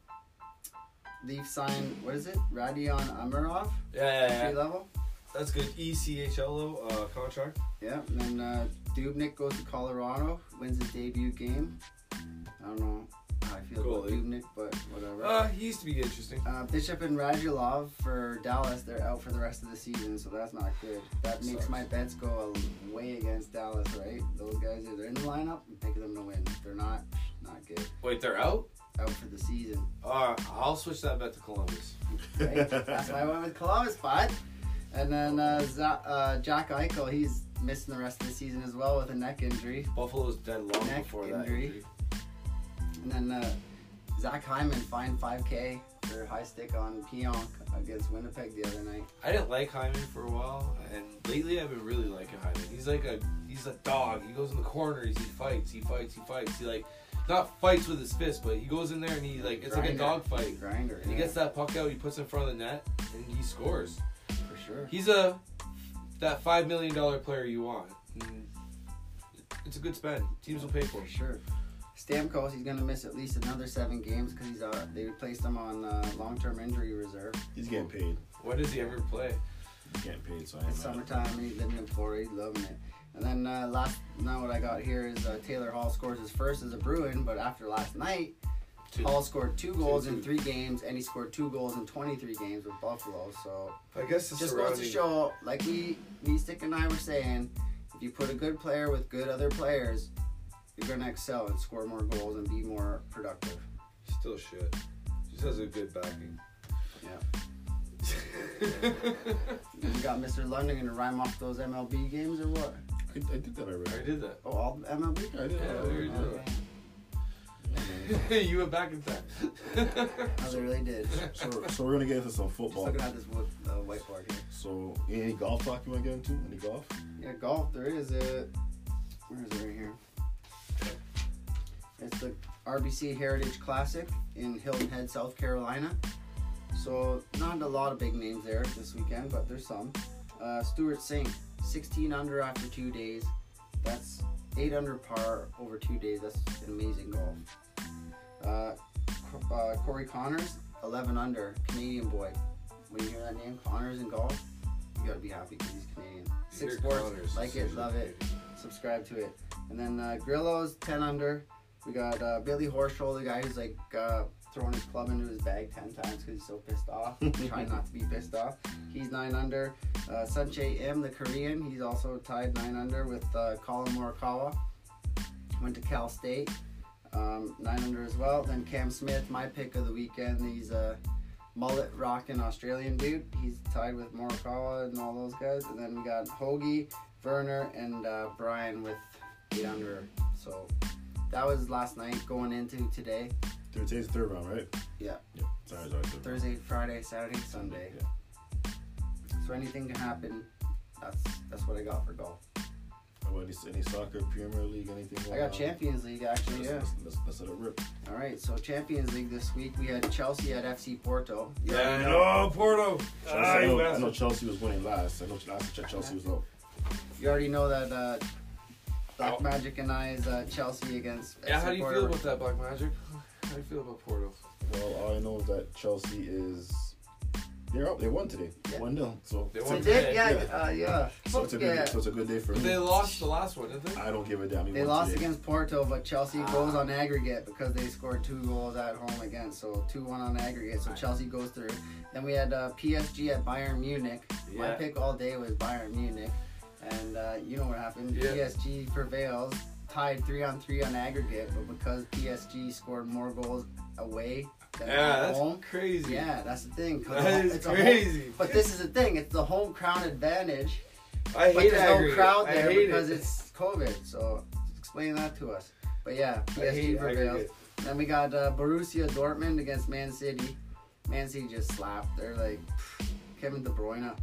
[SPEAKER 1] Leaf sign what is it? Radion Amirov,
[SPEAKER 2] Yeah, yeah,
[SPEAKER 1] entry
[SPEAKER 2] yeah.
[SPEAKER 1] level.
[SPEAKER 2] That's good. E ECHL uh, contract.
[SPEAKER 1] Yeah, and then uh, Dubnik goes to Colorado, wins his debut game. I don't know how I feel about
[SPEAKER 2] Goalie.
[SPEAKER 1] Dubnik, but whatever.
[SPEAKER 2] Uh,
[SPEAKER 1] Uh,
[SPEAKER 2] he used to be interesting.
[SPEAKER 1] Bishop and Radulov for Dallas, they're out for the rest of the season, so that's not good. That makes
[SPEAKER 2] Sucks.
[SPEAKER 1] my bets go way against Dallas, right? Those guys, if they're in the lineup, I'm picking them to win. If they're not, not good.
[SPEAKER 2] Wait, they're out.
[SPEAKER 1] Out for the season.
[SPEAKER 2] Uh, I'll switch that bet to Columbus.
[SPEAKER 1] Right? That's why I went with Columbus, bud. And then uh, Za uh, Jack Eichel, he's missing the rest of the season as well with a neck injury.
[SPEAKER 2] Buffalo's dead long
[SPEAKER 1] Neck
[SPEAKER 2] before that.
[SPEAKER 1] injury.
[SPEAKER 2] injury.
[SPEAKER 1] And then uh, Zach Hyman fined 5K for high stick on Pionk against Winnipeg the other night.
[SPEAKER 2] I didn't like Hyman for a while, and lately I've been really liking Hyman. He's like a he's a dog. He goes in the corners, he fights, he fights, he fights. He like not fights with his fist, but he goes in there and he like it's like a
[SPEAKER 1] Grinder.
[SPEAKER 2] dog fight.
[SPEAKER 1] Grinder.
[SPEAKER 2] And he
[SPEAKER 1] yeah,
[SPEAKER 2] gets that puck out, he puts it in front of the net, and he scores.
[SPEAKER 1] for sure.
[SPEAKER 2] He's a that five million dollar player you want. And It's a good spend. Teams will pay for
[SPEAKER 1] For
[SPEAKER 2] it.
[SPEAKER 1] sure. Stamkos, he's gonna miss at least another seven games because he's uh, they replaced him on uh, long-term injury reserve.
[SPEAKER 3] He's getting paid.
[SPEAKER 2] When does he ever play?
[SPEAKER 3] He's getting paid.
[SPEAKER 2] Oh,
[SPEAKER 3] So I ain't
[SPEAKER 1] It's
[SPEAKER 3] mad.
[SPEAKER 1] summertime and he's living in Florida, he's loving it. And then uh, last now what I got here is uh, Taylor Hall scores his first as a Bruin, but after last night,
[SPEAKER 2] Two.
[SPEAKER 1] Hall scored two goals in
[SPEAKER 2] two.
[SPEAKER 1] three games, and he scored two goals in 23 games with Buffalo. So
[SPEAKER 2] I guess the
[SPEAKER 1] just goes to show, like we, me, Stick, and I were saying, if you put a good player with good other players, you're gonna excel and score more goals and be more productive.
[SPEAKER 2] still shit. Just has a good backing. Yeah.
[SPEAKER 1] You got Mr. London gonna rhyme off those MLB games or what?
[SPEAKER 3] I, I did that already.
[SPEAKER 2] I did that.
[SPEAKER 1] Oh, all the MLB.
[SPEAKER 3] I did.
[SPEAKER 2] Yeah, we already did.
[SPEAKER 1] Okay.
[SPEAKER 2] you went back in time.
[SPEAKER 1] Oh, they really did. Just
[SPEAKER 3] So, so we're gonna get into some football.
[SPEAKER 1] looking at this wood, uh, whiteboard here.
[SPEAKER 3] So any golf talk you wanna get into? Any golf?
[SPEAKER 1] Yeah, golf. There is a. Where is it right here? It's the RBC Heritage Classic in Hilton Head, South Carolina. So not a lot of big names there this weekend, but there's some. Uh, Stuart Sink, 16 under after two days. That's eight under par over two days. That's an amazing golf. Uh, Co- uh, Corey Connors, 11 under, Canadian boy. When you hear that name, Connors in golf, you gotta be happy because he's Canadian. Six
[SPEAKER 2] Peter
[SPEAKER 1] sports,
[SPEAKER 2] Connors,
[SPEAKER 1] like it, love it, subscribe to it. And then uh, Grillo's 10 under, We got uh, Billy Horschel, the guy who's like uh, throwing his club into his bag ten times because he's so pissed off. Trying not to be pissed off. He's nine under. Uh, Sunche M, the Korean, he's also tied nine under with uh, Colin Morikawa. Went to Cal State, um, nine under as well. Then Cam Smith, my pick of the weekend. He's uh, a mullet rocking Australian dude. He's tied with Morikawa and all those guys. And then we got Hoagie, Werner, and uh, Brian with eight under. So that was last night going into today.
[SPEAKER 3] Dude, today's the third round, right?
[SPEAKER 1] Yeah.
[SPEAKER 3] Yeah. Sorry, sorry. Third round.
[SPEAKER 1] Thursday, Friday, Saturday, Sunday.
[SPEAKER 3] Yeah.
[SPEAKER 1] So anything can happen. That's that's what I got for golf.
[SPEAKER 3] Oh, any, any soccer, Premier League, anything?
[SPEAKER 1] I
[SPEAKER 3] going
[SPEAKER 1] got
[SPEAKER 3] on?
[SPEAKER 1] Champions League
[SPEAKER 3] Let's,
[SPEAKER 1] actually. uh, Yeah.
[SPEAKER 3] let's- let's- let's let it rip.
[SPEAKER 1] All right. So Champions League this week we had Chelsea at FC Porto. You
[SPEAKER 2] Yeah,
[SPEAKER 1] already
[SPEAKER 2] I
[SPEAKER 1] know.
[SPEAKER 2] know, Porto.
[SPEAKER 3] Chelsea,
[SPEAKER 2] Ah,
[SPEAKER 3] I,
[SPEAKER 2] you
[SPEAKER 3] know, I know
[SPEAKER 2] bastard.
[SPEAKER 3] Chelsea was winning last. I know last I checked,
[SPEAKER 1] Uh-huh.
[SPEAKER 3] Chelsea was up.
[SPEAKER 1] You already know that uh, Black
[SPEAKER 2] Out.
[SPEAKER 1] Magic and I is uh, Chelsea against.
[SPEAKER 2] Oh. Yeah,
[SPEAKER 1] FC
[SPEAKER 2] how do you
[SPEAKER 1] Porto.
[SPEAKER 2] feel about that, Black Magic? How do you feel about Porto?
[SPEAKER 3] Well, all I know is that Chelsea is they're up. They won today,
[SPEAKER 1] Yeah.
[SPEAKER 3] one 0 So,
[SPEAKER 2] They
[SPEAKER 1] So
[SPEAKER 2] won
[SPEAKER 1] they did?
[SPEAKER 2] today.
[SPEAKER 1] Yeah,
[SPEAKER 3] Yeah.
[SPEAKER 1] uh, yeah.
[SPEAKER 3] so it's a good,
[SPEAKER 1] Yeah.
[SPEAKER 3] so it's a good day for
[SPEAKER 2] But
[SPEAKER 3] me.
[SPEAKER 2] they lost the last one, didn't they?
[SPEAKER 3] I don't give a damn. He
[SPEAKER 1] They
[SPEAKER 3] won
[SPEAKER 1] lost
[SPEAKER 3] today.
[SPEAKER 1] against Porto, but Chelsea
[SPEAKER 2] Ah.
[SPEAKER 1] goes on aggregate because they scored two goals at home again. So 2 1 on aggregate. So
[SPEAKER 2] Right.
[SPEAKER 1] Chelsea goes through. Then we had uh, PSG at Bayern Munich. My
[SPEAKER 2] Yeah.
[SPEAKER 1] pick all day was Bayern Munich. And uh, you know what happened.
[SPEAKER 2] Yeah.
[SPEAKER 1] PSG prevails, tied 3 on 3 on aggregate, but because PSG scored more goals away than
[SPEAKER 2] Yeah,
[SPEAKER 1] at
[SPEAKER 2] that's
[SPEAKER 1] home.
[SPEAKER 2] crazy.
[SPEAKER 1] Yeah, that's the thing. 'cause
[SPEAKER 2] That is
[SPEAKER 1] it's a home-
[SPEAKER 2] crazy.
[SPEAKER 1] but this is the thing. It's the home crown advantage.
[SPEAKER 2] I
[SPEAKER 1] But
[SPEAKER 2] hate
[SPEAKER 1] there's
[SPEAKER 2] aggregate.
[SPEAKER 1] no crowd
[SPEAKER 2] I
[SPEAKER 1] there
[SPEAKER 2] hate
[SPEAKER 1] because
[SPEAKER 2] it.
[SPEAKER 1] it's COVID. So explain that to us. But yeah,
[SPEAKER 2] I
[SPEAKER 1] PSG
[SPEAKER 2] hate
[SPEAKER 1] prevails.
[SPEAKER 2] aggregate.
[SPEAKER 1] Then we got uh, Borussia Dortmund against Man City. Man City just slapped. They're like pff, Kevin De Bruyne.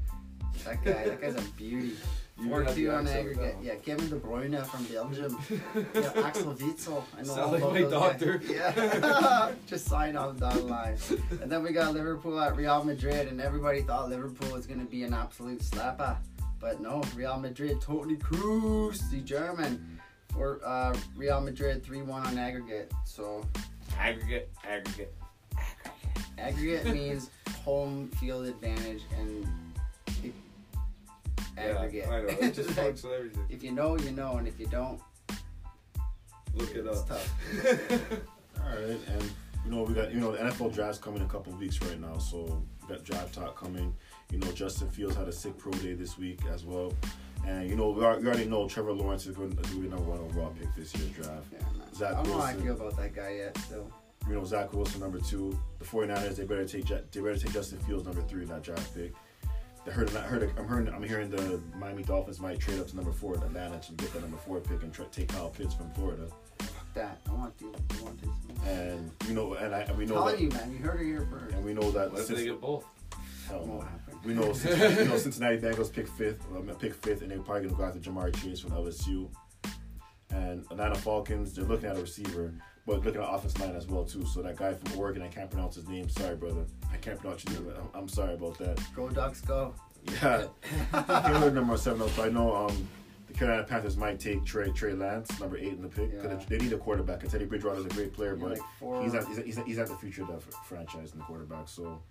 [SPEAKER 1] That guy, that guy's a beauty.
[SPEAKER 2] You
[SPEAKER 1] Four
[SPEAKER 2] had the
[SPEAKER 1] two on
[SPEAKER 2] accent,
[SPEAKER 1] aggregate.
[SPEAKER 2] though.
[SPEAKER 1] Yeah, Kevin De Bruyne from Belgium. Yeah, Axel Witzel. I know
[SPEAKER 2] Sound
[SPEAKER 1] all
[SPEAKER 2] like
[SPEAKER 1] about
[SPEAKER 2] my
[SPEAKER 1] those
[SPEAKER 2] doctor.
[SPEAKER 1] guys. Yeah. Just sign off dotted line. And then we got Liverpool at Real Madrid, and everybody thought Liverpool was going to be an absolute slapper. But no, Real Madrid, Tony Cruz, the German, for uh, Real Madrid 3 1 on aggregate. So
[SPEAKER 2] Aggregate, aggregate.
[SPEAKER 1] aggregate means home field advantage, and it, aggregate.
[SPEAKER 2] Yeah, I know. It just
[SPEAKER 1] Like,
[SPEAKER 2] fucks with everything.
[SPEAKER 1] if you know, you know, and if you don't,
[SPEAKER 2] Look it
[SPEAKER 1] It's
[SPEAKER 2] up.
[SPEAKER 1] tough.
[SPEAKER 3] All right, and you know we got you know the NFL draft's coming in a couple of weeks right now, so we got draft talk coming. You know Justin Fields had a sick pro day this week as well, and you know we al- we already know Trevor Lawrence is going to be number one overall pick this year's draft.
[SPEAKER 1] yeah, man.
[SPEAKER 3] Zach
[SPEAKER 1] I don't know how I
[SPEAKER 3] Wilson.
[SPEAKER 1] feel about that guy yet, so.
[SPEAKER 3] You know Zach Wilson number two. The 49ers they better take Ju- they better take Justin Fields number three in that draft pick. I heard, I heard, I'm hearing, I'm hearing the Miami Dolphins might trade up to number four in Atlanta to get the number four pick and tra- take Kyle Pitts from Florida.
[SPEAKER 1] that. I want you. I want this.
[SPEAKER 3] And you know, and I, and we
[SPEAKER 1] I'm
[SPEAKER 3] know
[SPEAKER 1] telling
[SPEAKER 3] that,
[SPEAKER 1] you, man. You heard it here first.
[SPEAKER 3] and we know that
[SPEAKER 2] Let's
[SPEAKER 3] since-
[SPEAKER 2] they get both.
[SPEAKER 3] hell no.
[SPEAKER 1] Won't happen.
[SPEAKER 3] We know, we know Cincinnati Bengals pick fifth, um, pick fifth, and they're probably gonna go after Jamari Chase from LSU. And Atlanta Falcons, they're looking at a receiver, but looking at offense line as well too. So that guy from Oregon, I can't pronounce his name. Sorry, brother, I can't pronounce your name. I'm, I'm sorry about that.
[SPEAKER 1] Go Ducks, go.
[SPEAKER 3] Yeah, Taylor number seven. So I know um, the Carolina Panthers might take Trey Trey Lance, number eight in the pick. 'cause
[SPEAKER 1] Yeah.
[SPEAKER 3] They need a quarterback. And Teddy Bridgewater's a great player,
[SPEAKER 1] You're
[SPEAKER 3] but
[SPEAKER 1] like four.
[SPEAKER 3] he's at he's at, he's at he's at the future of that fr- franchise and the quarterback. So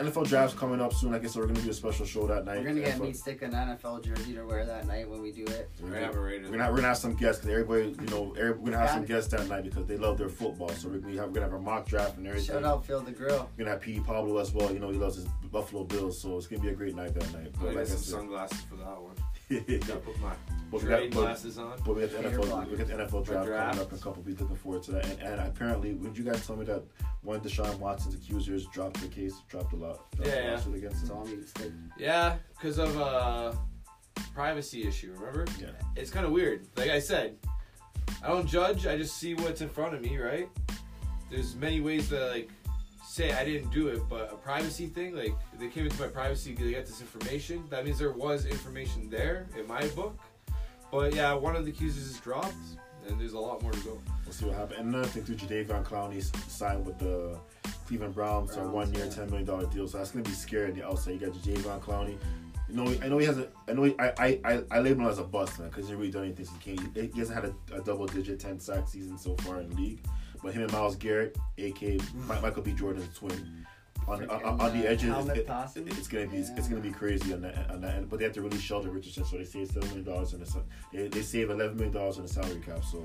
[SPEAKER 3] NFL draft's coming up soon. I guess so we're gonna do a special show that night.
[SPEAKER 1] We're gonna get
[SPEAKER 3] NFL
[SPEAKER 1] me stick an NFL jersey to wear that night when we do it.
[SPEAKER 2] We're
[SPEAKER 3] We're gonna,
[SPEAKER 2] gonna have a
[SPEAKER 3] we're
[SPEAKER 2] Raiders.
[SPEAKER 3] gonna we're gonna have some guests because everybody you know every, we're gonna have
[SPEAKER 1] Got
[SPEAKER 3] some
[SPEAKER 1] it.
[SPEAKER 3] guests that night because they love their football. So we're gonna have, we're gonna have a mock draft and everything.
[SPEAKER 1] Shout out Phil the Grill.
[SPEAKER 3] We're gonna have P. E Pablo as well. You know he loves his Buffalo Bills, so it's gonna be a great night that night.
[SPEAKER 2] I
[SPEAKER 3] But
[SPEAKER 2] got
[SPEAKER 3] like I
[SPEAKER 2] some
[SPEAKER 3] said,
[SPEAKER 2] sunglasses for that one. Gotta
[SPEAKER 3] but
[SPEAKER 2] put my
[SPEAKER 3] we
[SPEAKER 2] trade
[SPEAKER 3] got- but-
[SPEAKER 2] glasses on.
[SPEAKER 3] But we got the
[SPEAKER 1] Hair
[SPEAKER 3] NFL,
[SPEAKER 1] blockers.
[SPEAKER 3] we got the NFL draft,
[SPEAKER 2] draft.
[SPEAKER 3] coming up in a couple weeks. Looking forward to that. And, and apparently, would you guys tell me that one of Deshaun Watson's accusers dropped the case, dropped a lot, dropped
[SPEAKER 2] Yeah,
[SPEAKER 3] the
[SPEAKER 2] yeah.
[SPEAKER 3] lawsuit against
[SPEAKER 1] It's
[SPEAKER 3] him?
[SPEAKER 1] all me stick.
[SPEAKER 2] Yeah, because of uh, privacy issue. Remember?
[SPEAKER 3] Yeah.
[SPEAKER 2] It's kind of weird. Like I said, I don't judge. I just see what's in front of me. Right? There's many ways to like say I didn't do it, but a privacy thing. Like if they came into my privacy. They got this information. That means there was information there in my book. But yeah, one of the accusers is dropped, and there's a lot more to go.
[SPEAKER 3] We'll see what happens. And another thing too, Jadavion Clowney s- signed with the Cleveland Browns for a
[SPEAKER 1] Browns,
[SPEAKER 3] one-year,
[SPEAKER 1] yeah.
[SPEAKER 3] ten million dollar deal. So that's gonna be scary on the outside. You got Jadavion Clowney. You know, I know he hasn't. I know he, I, I I I label him as a bust man because he really done anything. since He can't. He, he hasn't had a, a double-digit, ten sack season so far in the league. But him and Miles Garrett, aka Mi- Michael B. Jordan's twin, on, on, on, on
[SPEAKER 1] Mm. Freaking,
[SPEAKER 3] the
[SPEAKER 1] uh,
[SPEAKER 3] edges,
[SPEAKER 1] helmet
[SPEAKER 3] it, it-
[SPEAKER 1] passing.
[SPEAKER 3] it's gonna be it's gonna be crazy on that on that. end. But they have to really shelter Richardson, so they save seven million dollars on the sa- they, they save eleven million dollars on the salary cap. So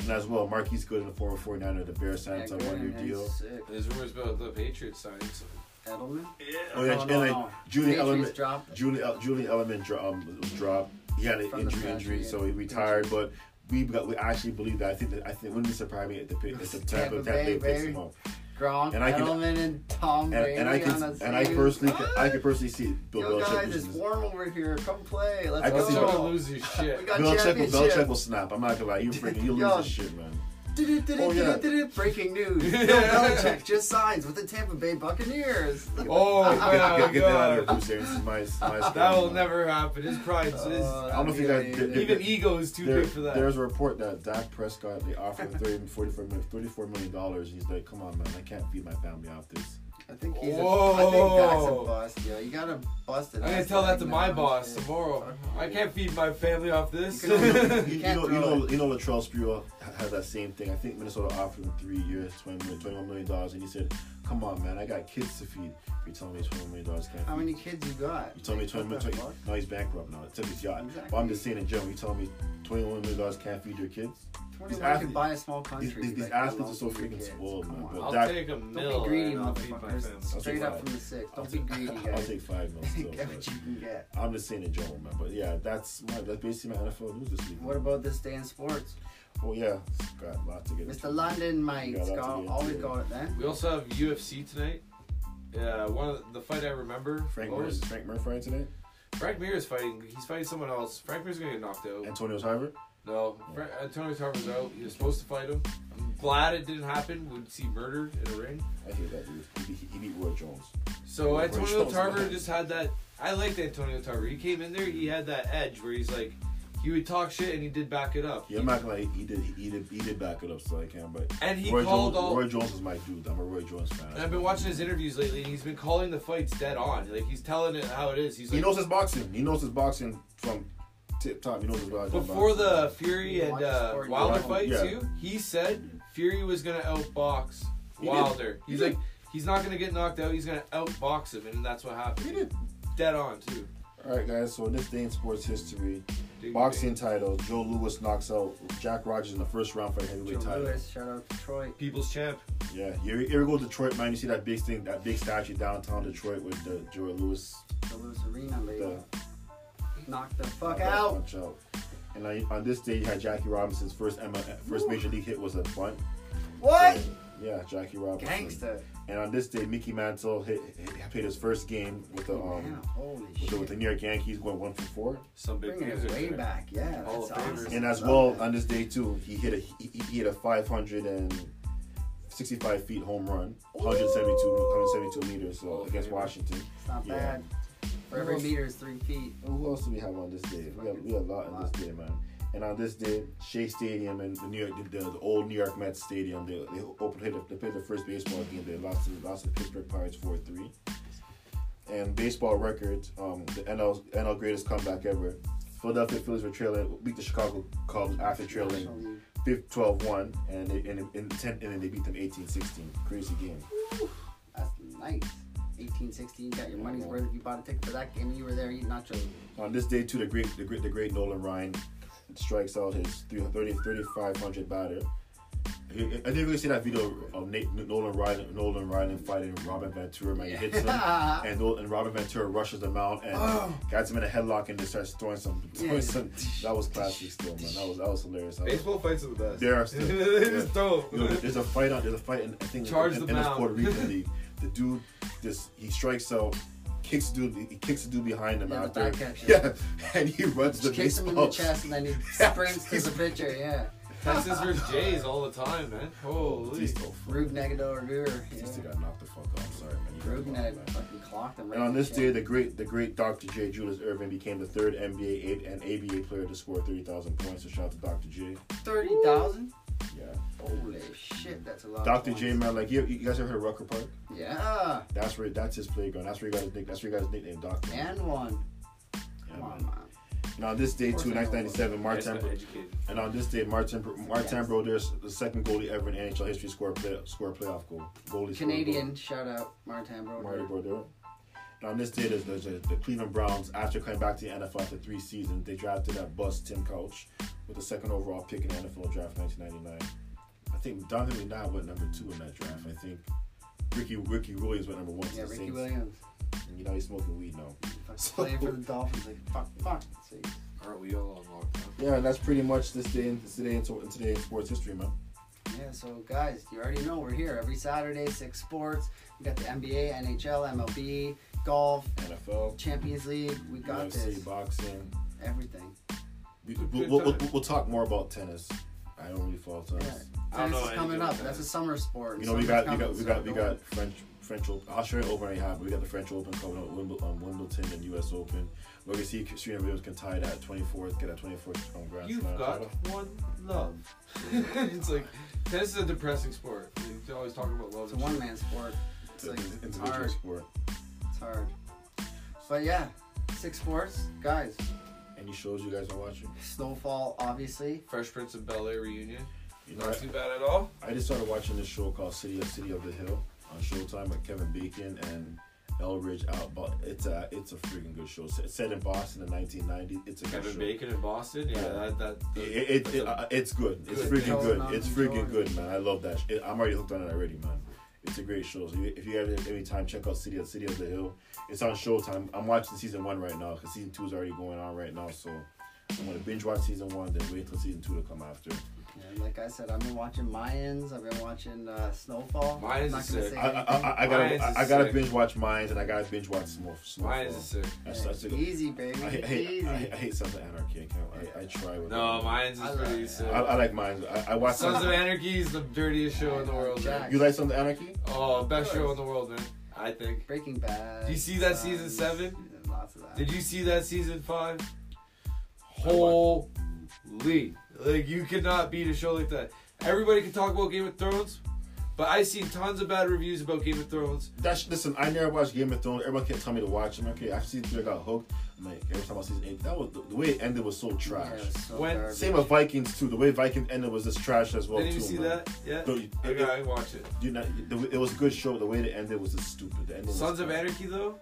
[SPEAKER 3] And as well, Marquise Gooden, former 49er, the oh Bears signed to a
[SPEAKER 1] Gordon
[SPEAKER 3] one-year
[SPEAKER 1] and
[SPEAKER 3] deal.
[SPEAKER 1] sick.
[SPEAKER 2] There's rumors about the Patriots signing. So.
[SPEAKER 1] Edelman.
[SPEAKER 3] Oh yeah,
[SPEAKER 1] No,
[SPEAKER 3] and
[SPEAKER 1] no,
[SPEAKER 3] like
[SPEAKER 1] no.
[SPEAKER 3] Julian
[SPEAKER 1] Patriots
[SPEAKER 3] Edelman,
[SPEAKER 1] dropped.
[SPEAKER 3] Julian El- Julian Edelman dro- um, was dropped. He had an
[SPEAKER 1] From the
[SPEAKER 3] injury,
[SPEAKER 1] scratch,
[SPEAKER 3] injury,
[SPEAKER 1] yeah.
[SPEAKER 3] so he retired. But we got, we actually believe that. I think that I think it wouldn't surprise me if the Pi- if the
[SPEAKER 1] Tampa
[SPEAKER 3] Tampa, Tampa Bay
[SPEAKER 1] Bay,
[SPEAKER 3] picks
[SPEAKER 1] baby.
[SPEAKER 3] him up.
[SPEAKER 1] Gronk,
[SPEAKER 3] and I can-
[SPEAKER 1] Edelman, and Tom
[SPEAKER 3] And,
[SPEAKER 1] Brady
[SPEAKER 3] and I
[SPEAKER 1] on
[SPEAKER 3] can
[SPEAKER 1] the
[SPEAKER 3] and I
[SPEAKER 1] same-
[SPEAKER 3] personally can, I
[SPEAKER 1] What?
[SPEAKER 3] can personally see Bill
[SPEAKER 1] Yo
[SPEAKER 3] Belichick
[SPEAKER 1] guys, it's
[SPEAKER 3] losing this.
[SPEAKER 1] warm over here. Come play. Let's
[SPEAKER 3] I can
[SPEAKER 2] Don't
[SPEAKER 3] see
[SPEAKER 2] try to
[SPEAKER 1] go.
[SPEAKER 2] lose your shit.
[SPEAKER 1] We got
[SPEAKER 3] Belichick will,
[SPEAKER 1] championship.
[SPEAKER 3] Belichick will snap. I'm not gonna lie. He freaking he
[SPEAKER 1] Yo.
[SPEAKER 3] loses shit, man. Oh, yeah.
[SPEAKER 1] Do-do-do-do-do-do-do. Breaking news. Bill Belichick just signs with the Tampa Bay Buccaneers.
[SPEAKER 2] Oh,
[SPEAKER 3] Get-
[SPEAKER 2] my
[SPEAKER 3] get, get that out
[SPEAKER 2] God.
[SPEAKER 3] of here, Bruce Arians. This is my, this is my
[SPEAKER 2] That
[SPEAKER 3] story,
[SPEAKER 2] will
[SPEAKER 3] man.
[SPEAKER 2] never happen. His pride is.
[SPEAKER 1] Uh,
[SPEAKER 3] I don't know if you guys did- did-
[SPEAKER 2] even ego is too
[SPEAKER 3] There-
[SPEAKER 2] big for that.
[SPEAKER 3] There's a report that Dak Prescott they offered him 30, 44 million, 34 million dollars. He's like, come on, man, I can't feed my family off this.
[SPEAKER 1] I think he's. A, I think that's a
[SPEAKER 2] Whoa.
[SPEAKER 1] bust, yo. You gotta bust it.
[SPEAKER 2] I'm gonna tell that to my boss tomorrow.
[SPEAKER 1] Fuck.
[SPEAKER 2] I can't feed my family off this.
[SPEAKER 1] You can-
[SPEAKER 3] You, you
[SPEAKER 1] can't
[SPEAKER 3] know, you
[SPEAKER 1] throw
[SPEAKER 3] know, you know, Latrell Sprewell ha- has that same thing. I think Minnesota offered him three years, 20 million, 21 million dollars, and he said, come on, man, I got kids to feed. You're telling me 21 million dollars can't.
[SPEAKER 1] How
[SPEAKER 3] feed
[SPEAKER 1] many kids you got?
[SPEAKER 3] You told me
[SPEAKER 1] Like,
[SPEAKER 3] twenty
[SPEAKER 1] what
[SPEAKER 3] million.
[SPEAKER 1] the
[SPEAKER 3] 20, no, he's bankrupt now. It took his yacht.
[SPEAKER 1] Exactly.
[SPEAKER 3] But I'm just saying in general, you telling me twenty-one million dollars can't feed your kids?
[SPEAKER 1] fuck?
[SPEAKER 3] These
[SPEAKER 1] Twenty-one can
[SPEAKER 3] athletes-
[SPEAKER 1] buy a small
[SPEAKER 3] These,
[SPEAKER 1] country.
[SPEAKER 3] these, these
[SPEAKER 1] like,
[SPEAKER 3] athletes
[SPEAKER 1] alone
[SPEAKER 3] are so
[SPEAKER 1] with your
[SPEAKER 3] freaking
[SPEAKER 1] kids.
[SPEAKER 3] spoiled,
[SPEAKER 1] Come
[SPEAKER 3] man.
[SPEAKER 1] on.
[SPEAKER 3] But
[SPEAKER 2] I'll
[SPEAKER 3] Dak,
[SPEAKER 2] take a
[SPEAKER 1] Don't
[SPEAKER 2] mill.
[SPEAKER 1] be greedy,
[SPEAKER 2] and I'll feed my
[SPEAKER 1] motherfuckers.
[SPEAKER 2] family.
[SPEAKER 3] I'll
[SPEAKER 1] Straight
[SPEAKER 3] take
[SPEAKER 1] up
[SPEAKER 3] five.
[SPEAKER 1] from the six.
[SPEAKER 3] I'll
[SPEAKER 1] Don't be
[SPEAKER 3] take-
[SPEAKER 1] greedy,
[SPEAKER 3] I'll
[SPEAKER 1] guys.
[SPEAKER 3] take five mil. still,
[SPEAKER 1] Get
[SPEAKER 3] but-
[SPEAKER 1] what you can get.
[SPEAKER 3] I'm just saying in general, man. But yeah, that's my that's basically my NFL news this week.
[SPEAKER 1] What about this day in sports?
[SPEAKER 3] Oh yeah, it's got a lot to get. into.
[SPEAKER 1] Mr. London, mate.
[SPEAKER 3] Yeah,
[SPEAKER 1] It's
[SPEAKER 3] that's
[SPEAKER 1] got-
[SPEAKER 3] the
[SPEAKER 1] always
[SPEAKER 3] idea.
[SPEAKER 1] got it then.
[SPEAKER 2] We also have UFC tonight. Yeah, one of the, the fight I remember.
[SPEAKER 3] Frank
[SPEAKER 2] what
[SPEAKER 3] Mir
[SPEAKER 2] was-
[SPEAKER 3] Frank Murphy today.
[SPEAKER 2] Frank Mir is fighting. He's fighting someone else. Frank Mir is gonna get knocked out.
[SPEAKER 3] Antonio Tarver.
[SPEAKER 2] No, Fra- Antonio Tarver's out. He was supposed to fight him. I'm glad it didn't happen. Would see murder in a ring.
[SPEAKER 3] I hate that dude. He beat, he beat Roy Jones.
[SPEAKER 2] So
[SPEAKER 3] Roy
[SPEAKER 2] Antonio
[SPEAKER 3] Jones.
[SPEAKER 2] Tarver just had that. I liked Antonio Tarver. He came in there. He had that edge where he's like, he would talk shit and he did back it up.
[SPEAKER 3] Yeah, I'm not gonna lie, he did he did he did back it up so I can. But
[SPEAKER 2] and he
[SPEAKER 3] Roy,
[SPEAKER 2] called
[SPEAKER 3] Jones,
[SPEAKER 2] all.
[SPEAKER 3] Roy Jones is my dude. I'm a Roy Jones fan.
[SPEAKER 2] And I've been watching his interviews lately, and he's been calling the fights dead on. Like he's telling it how it is. He's
[SPEAKER 3] He
[SPEAKER 2] like
[SPEAKER 3] knows his boxing. He knows his boxing from tip top. He knows his boxing.
[SPEAKER 2] before the Fury and
[SPEAKER 1] Watch the
[SPEAKER 2] uh,
[SPEAKER 1] sport,
[SPEAKER 2] Wilder
[SPEAKER 3] yeah.
[SPEAKER 2] fight
[SPEAKER 3] Yeah.
[SPEAKER 2] too. He said Fury was gonna outbox
[SPEAKER 3] He did.
[SPEAKER 2] Wilder.
[SPEAKER 3] He
[SPEAKER 2] He's
[SPEAKER 3] did.
[SPEAKER 2] like he's not gonna get knocked out. He's gonna outbox him, and that's what
[SPEAKER 3] He
[SPEAKER 2] happened.
[SPEAKER 3] did.
[SPEAKER 2] Dead on too.
[SPEAKER 3] All right, guys. So in this day in sports history,
[SPEAKER 2] Dude,
[SPEAKER 3] boxing title. Joe Lewis knocks out Jack Rogers in the first round for a heavyweight
[SPEAKER 1] Joe
[SPEAKER 3] title.
[SPEAKER 1] Lewis, shout out Detroit.
[SPEAKER 2] People's champ.
[SPEAKER 3] Yeah, you you ever go to Detroit, man? You see that big thing, that big statue downtown Detroit with the Joey Lewis
[SPEAKER 1] Joe Lewis Arena, lady.
[SPEAKER 3] the
[SPEAKER 1] Knock the fuck
[SPEAKER 3] knockout
[SPEAKER 1] out.
[SPEAKER 3] punch out. And on, on this day, you had Jackie Robinson's first M- first major league hit was a bunt.
[SPEAKER 1] What?
[SPEAKER 3] Yeah, Jackie Robinson.
[SPEAKER 1] Gangster.
[SPEAKER 3] And on this day, Mickey Mantle hit, hit, played his first game with the
[SPEAKER 1] Man,
[SPEAKER 3] um
[SPEAKER 1] holy
[SPEAKER 3] with the, with the
[SPEAKER 1] shit.
[SPEAKER 3] New York Yankees, going one for four.
[SPEAKER 2] Some big
[SPEAKER 1] Bring it
[SPEAKER 2] loser.
[SPEAKER 1] way back, yeah.
[SPEAKER 2] Hall
[SPEAKER 1] That's
[SPEAKER 2] of Famers.
[SPEAKER 1] awesome.
[SPEAKER 3] And as
[SPEAKER 1] Love
[SPEAKER 3] well, uh,
[SPEAKER 1] that.
[SPEAKER 3] on this day too, he hit a he, he- he hit a 565 feet home run, 172 172 meters, so
[SPEAKER 2] Hall of
[SPEAKER 3] against
[SPEAKER 2] Famer.
[SPEAKER 3] Washington.
[SPEAKER 1] It's not
[SPEAKER 3] yeah.
[SPEAKER 1] bad. For every
[SPEAKER 3] Who else?
[SPEAKER 1] meter is three feet.
[SPEAKER 3] And Who else do we have on this day? We have, we have a lot on this day, man. And on this day, Shea Stadium and the New York, the, the old New York Mets Stadium, they they opened played, they played the first baseball game. They lost to lost to the Pittsburgh Pirates four three. And baseball records, um, the NL NL greatest comeback ever. Philadelphia Phillies were trailing, beat the Chicago Cubs after trailing
[SPEAKER 1] National League.
[SPEAKER 3] 12-1, and they, and in the 10th inning they beat them 18-16. Crazy game.
[SPEAKER 1] That's nice. 1816, you got your money's worth if you bought a ticket for that game and you were there eating nachos.
[SPEAKER 3] On this day, too, the great, the great, the great Nolan Ryan strikes out his 330 3,500 batter. He- I didn't really see that video of Nate, Nolan Ryan, Nolan Ryan fighting Robin Ventura. Man, he hits him, and, Nol- and Robin Ventura rushes him out and gets him in a headlock and just starts throwing some. Throwing
[SPEAKER 1] Yeah.
[SPEAKER 3] some that was classic, still, man. That was that was hilarious. That was-
[SPEAKER 2] Baseball fights are the best.
[SPEAKER 3] They are still-
[SPEAKER 2] It is dope.
[SPEAKER 3] Yo, there's a fight on. There's a fight in I think
[SPEAKER 2] Charge
[SPEAKER 3] in,
[SPEAKER 2] the
[SPEAKER 3] in this
[SPEAKER 2] mound.
[SPEAKER 3] Puerto Rican league. The dude, this he strikes out, kicks dude, he kicks the dude behind him
[SPEAKER 1] Yeah, the
[SPEAKER 3] out there.
[SPEAKER 1] back catch,
[SPEAKER 3] Yeah, and he runs the
[SPEAKER 1] Just kicks him
[SPEAKER 3] baseball.
[SPEAKER 1] in the chest and then he sprints to the pitcher, yeah.
[SPEAKER 2] Texas versus Jays all the time, man. Holy.
[SPEAKER 3] Batista,
[SPEAKER 1] Rube Negador Ruger.
[SPEAKER 3] Batista
[SPEAKER 1] Yeah.
[SPEAKER 3] got knocked the fuck out. I'm sorry, man. You got
[SPEAKER 1] Rube
[SPEAKER 3] knocked,
[SPEAKER 1] Neg
[SPEAKER 3] man.
[SPEAKER 1] fucking clocked him right
[SPEAKER 3] And on
[SPEAKER 1] in
[SPEAKER 3] this
[SPEAKER 1] the
[SPEAKER 3] day,
[SPEAKER 1] chin.
[SPEAKER 3] the great, the great Dr. J. Julius Irvin became the third NBA and ABA player to score 30,000 points. So shout out to Dr. J.
[SPEAKER 1] 30,000?
[SPEAKER 3] Yeah.
[SPEAKER 1] Holy shit, that's a lot. of
[SPEAKER 3] Dr. J,
[SPEAKER 1] points.
[SPEAKER 3] man, like you, you guys ever heard of Rucker Park?
[SPEAKER 1] Yeah,
[SPEAKER 3] That's where, that's his playground. That's where you guys, nick- that's where you guys nickname Doctor.
[SPEAKER 1] and one.
[SPEAKER 3] Yeah,
[SPEAKER 1] Come
[SPEAKER 3] man.
[SPEAKER 1] on, man.
[SPEAKER 3] And on this day,
[SPEAKER 1] Of course
[SPEAKER 3] too,
[SPEAKER 1] I know.
[SPEAKER 3] 1997,
[SPEAKER 2] Guys
[SPEAKER 3] Martin.
[SPEAKER 2] got educated.
[SPEAKER 3] And on this day, Martin Martin
[SPEAKER 1] Yes.
[SPEAKER 3] Brodeur, the second goalie ever in NHL history, scored a play, score a playoff goal. Goalie scored a
[SPEAKER 1] Canadian, shout out Martin
[SPEAKER 3] goal.
[SPEAKER 1] Brodeur.
[SPEAKER 3] Marty Brodeur. And on this day, there's, there's a, the Cleveland Browns, after coming back to the NFL after three seasons, they drafted that bust Tim Couch, with the second overall pick in the NFL draft 1999. I think Donovan McNabb went number two in that draft. I think Ricky Ricky Williams went number one. to
[SPEAKER 1] Yeah,
[SPEAKER 3] the
[SPEAKER 1] Ricky
[SPEAKER 3] Saints.
[SPEAKER 1] Williams.
[SPEAKER 3] And you know he's smoking weed now.
[SPEAKER 1] Fucking playing for the Dolphins. Like, fuck, fuck. See,
[SPEAKER 2] Aren't we all on lockdown?
[SPEAKER 3] Yeah, and that's pretty much this day in today in, in today in sports history, man.
[SPEAKER 1] Yeah, so guys, you already know we're here every Saturday, six sports. We got the NBA, NHL, MLB, golf,
[SPEAKER 3] NFL,
[SPEAKER 1] Champions League. We got
[SPEAKER 3] UFC,
[SPEAKER 1] this.
[SPEAKER 3] boxing.
[SPEAKER 1] Everything.
[SPEAKER 3] We,
[SPEAKER 2] Good
[SPEAKER 3] we'll, we'll,
[SPEAKER 2] time.
[SPEAKER 3] we'll, we'll talk more about tennis. I don't really follow tennis.
[SPEAKER 1] Yeah.
[SPEAKER 2] I
[SPEAKER 1] Tennis
[SPEAKER 2] don't know
[SPEAKER 1] is coming
[SPEAKER 2] anything
[SPEAKER 1] up.
[SPEAKER 2] about
[SPEAKER 1] That's a
[SPEAKER 2] that.
[SPEAKER 1] summer sport.
[SPEAKER 3] You know, we got, we got we
[SPEAKER 1] Summer's
[SPEAKER 3] got we
[SPEAKER 1] coming,
[SPEAKER 3] got French French Open. Australian Open already have. We got the French Open coming up, Wimbledon, um, Wimbledon and U.S. Open. We're gonna see if Serena Williams can tie that 24th, get that 24th um, Grand
[SPEAKER 2] You've
[SPEAKER 3] Slam
[SPEAKER 2] got
[SPEAKER 3] title.
[SPEAKER 2] one love. it's like tennis is a depressing sport. They always talk about love.
[SPEAKER 1] It's a
[SPEAKER 2] and shit.
[SPEAKER 1] one man sport. It's
[SPEAKER 3] It's an
[SPEAKER 1] like it's
[SPEAKER 3] individual
[SPEAKER 1] hard.
[SPEAKER 3] sport,
[SPEAKER 1] It's hard. But yeah, six sports, guys.
[SPEAKER 3] any shows you guys are watching?
[SPEAKER 1] Snowfall, obviously.
[SPEAKER 2] Fresh Prince of Bel Air reunion.
[SPEAKER 3] You know,
[SPEAKER 2] Not too
[SPEAKER 3] I,
[SPEAKER 2] bad at all.
[SPEAKER 3] I just started watching this show called City of City of the Hill on Showtime with Kevin Bacon and Elridge out. But it's a it's a freaking good show. It's set in Boston in 1990. It's a good
[SPEAKER 2] Kevin
[SPEAKER 3] show.
[SPEAKER 2] Bacon in Boston. Yeah,
[SPEAKER 3] Yeah.
[SPEAKER 2] that that.
[SPEAKER 3] It,
[SPEAKER 2] the-
[SPEAKER 3] it,
[SPEAKER 2] that's
[SPEAKER 3] it,
[SPEAKER 2] a-
[SPEAKER 3] uh, it's good. It's
[SPEAKER 2] Good.
[SPEAKER 3] freaking
[SPEAKER 1] Tell
[SPEAKER 3] good.
[SPEAKER 1] them
[SPEAKER 3] It's
[SPEAKER 1] I'm
[SPEAKER 3] freaking
[SPEAKER 1] Jordan.
[SPEAKER 3] good, man. I love that. sh- It, I'm already hooked on it already, man. It's a great show. So you- if you have it any time, check out City of City of the Hill. It's on Showtime. I'm watching season one right now because season two is already going on right now. So I'm gonna binge watch season one, then wait till season two to come after.
[SPEAKER 1] And like I said, I've been watching Mayans. I've been watching uh, Snowfall.
[SPEAKER 2] Mayans
[SPEAKER 1] I'm not
[SPEAKER 2] is
[SPEAKER 1] gonna
[SPEAKER 2] sick.
[SPEAKER 1] say
[SPEAKER 3] I,
[SPEAKER 1] anything.
[SPEAKER 3] I, I, I gotta
[SPEAKER 2] Mines is
[SPEAKER 3] I, I gotta
[SPEAKER 2] sick.
[SPEAKER 3] binge watch Mines and I gotta binge watch Snow Snowfall.
[SPEAKER 2] Mine is a sick.
[SPEAKER 3] That's such a-
[SPEAKER 1] Easy, baby.
[SPEAKER 3] I, hate- I, hate-
[SPEAKER 1] Easy.
[SPEAKER 3] I, I hate Sons of Anarchy. I can't. I, I try with
[SPEAKER 2] No,
[SPEAKER 3] it.
[SPEAKER 2] mine's
[SPEAKER 1] I
[SPEAKER 2] is
[SPEAKER 1] like-
[SPEAKER 2] pretty sick.
[SPEAKER 3] I, I like Mines. I, I watch.
[SPEAKER 2] Sons of Anarchy is the dirtiest show in the world. Man.
[SPEAKER 1] Jack.
[SPEAKER 3] you like Sons of Anarchy?
[SPEAKER 2] Oh, best show in the world, man. I think.
[SPEAKER 1] Breaking Bad.
[SPEAKER 2] Do you see that
[SPEAKER 1] Sons,
[SPEAKER 2] season seven?
[SPEAKER 1] and Lots of that.
[SPEAKER 2] Did you see that season five? Holy! Like you cannot beat a show like that. Everybody can talk about Game of Thrones, but I seen tons of bad reviews about Game of Thrones.
[SPEAKER 3] That's listen. I never watched Game of Thrones. Everyone kept telling me to watch them. Okay, after season three, I got hooked. I'm like, every time I season eight, that was the, the way it ended was so
[SPEAKER 1] Yeah,
[SPEAKER 3] trash.
[SPEAKER 1] it was so
[SPEAKER 2] When-
[SPEAKER 1] garbage.
[SPEAKER 3] Same with Vikings too. The way Vikings ended was just trash as well
[SPEAKER 2] Didn't
[SPEAKER 3] too.
[SPEAKER 2] you see
[SPEAKER 3] man.
[SPEAKER 2] that? Yeah.
[SPEAKER 3] Don't you-
[SPEAKER 2] Okay, I watch it.
[SPEAKER 3] You know, the- it was a good show. The way it ended was just stupid. The ending was
[SPEAKER 2] Sons of
[SPEAKER 3] bad.
[SPEAKER 2] Anarchy though,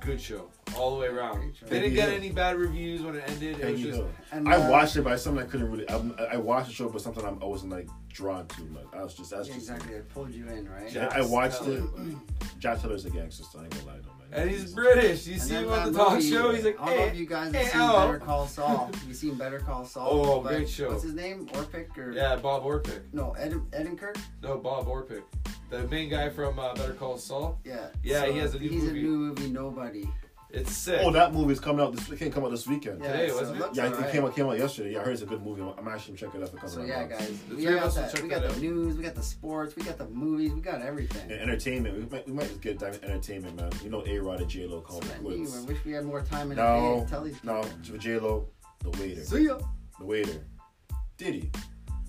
[SPEAKER 2] good show all the way around.
[SPEAKER 1] Great show.
[SPEAKER 2] They didn't get
[SPEAKER 3] Peggy Hill.
[SPEAKER 2] any bad reviews when it ended. It was
[SPEAKER 3] Peggy
[SPEAKER 2] just
[SPEAKER 3] Hill.
[SPEAKER 1] And,
[SPEAKER 3] I
[SPEAKER 1] uh,
[SPEAKER 3] watched it, but it's something I couldn't really. I'm, I watched the show, but something I'm, I wasn't like drawn to. Like I was just, that's
[SPEAKER 1] Yeah,
[SPEAKER 3] just.
[SPEAKER 1] exactly. It pulled you in, right?
[SPEAKER 3] Yeah, I watched
[SPEAKER 2] Teller,
[SPEAKER 3] it.
[SPEAKER 2] buddy.
[SPEAKER 3] Jack Taylor's a gangster. So I ain't gonna lie to him.
[SPEAKER 2] and he's British. You
[SPEAKER 1] And
[SPEAKER 2] see
[SPEAKER 1] then
[SPEAKER 2] him on the
[SPEAKER 1] that
[SPEAKER 2] talk
[SPEAKER 1] movie,
[SPEAKER 2] show. He's like,
[SPEAKER 1] I don't know if
[SPEAKER 2] hey,
[SPEAKER 1] you guys
[SPEAKER 2] hey,
[SPEAKER 1] have seen
[SPEAKER 2] oh."
[SPEAKER 1] Better Call Saul. You seen Better Call Saul?
[SPEAKER 2] Oh,
[SPEAKER 1] but
[SPEAKER 2] great show.
[SPEAKER 1] What's his name? Orpik or
[SPEAKER 2] yeah, Bob Orpik.
[SPEAKER 1] no Ed Edinkirk?
[SPEAKER 2] No, Bob Orpik, the main guy from uh, Better Call Saul.
[SPEAKER 1] Yeah.
[SPEAKER 2] Yeah, he has a new
[SPEAKER 1] he's
[SPEAKER 2] movie.
[SPEAKER 1] a new movie. Nobody.
[SPEAKER 2] It's sick.
[SPEAKER 3] Oh, that movie's coming out this. It can't come out this weekend. Yeah,
[SPEAKER 2] Today,
[SPEAKER 1] so
[SPEAKER 2] wasn't it?
[SPEAKER 1] looks
[SPEAKER 3] I think it
[SPEAKER 1] alright.
[SPEAKER 3] came out came out yesterday. Yeah, I heard it's a good movie. I'm, I'm actually gonna check it out for a couple
[SPEAKER 1] So
[SPEAKER 3] of
[SPEAKER 1] yeah,
[SPEAKER 3] months.
[SPEAKER 1] guys,
[SPEAKER 2] The
[SPEAKER 1] we
[SPEAKER 2] three of
[SPEAKER 1] got
[SPEAKER 2] us will
[SPEAKER 1] that.
[SPEAKER 2] check
[SPEAKER 1] We got
[SPEAKER 2] that
[SPEAKER 1] the
[SPEAKER 2] out.
[SPEAKER 1] news. We got the sports. We got the movies. We got everything.
[SPEAKER 3] And entertainment, we might, we might just get dive into entertainment, man. You know, A Rod and J Lo
[SPEAKER 1] So
[SPEAKER 3] called it
[SPEAKER 1] I mean, I
[SPEAKER 3] quits.
[SPEAKER 1] wish we had more time in the day
[SPEAKER 3] No,
[SPEAKER 1] to tell these people.
[SPEAKER 3] no, for J Lo, the waiter,
[SPEAKER 1] See ya.
[SPEAKER 3] the waiter, Diddy,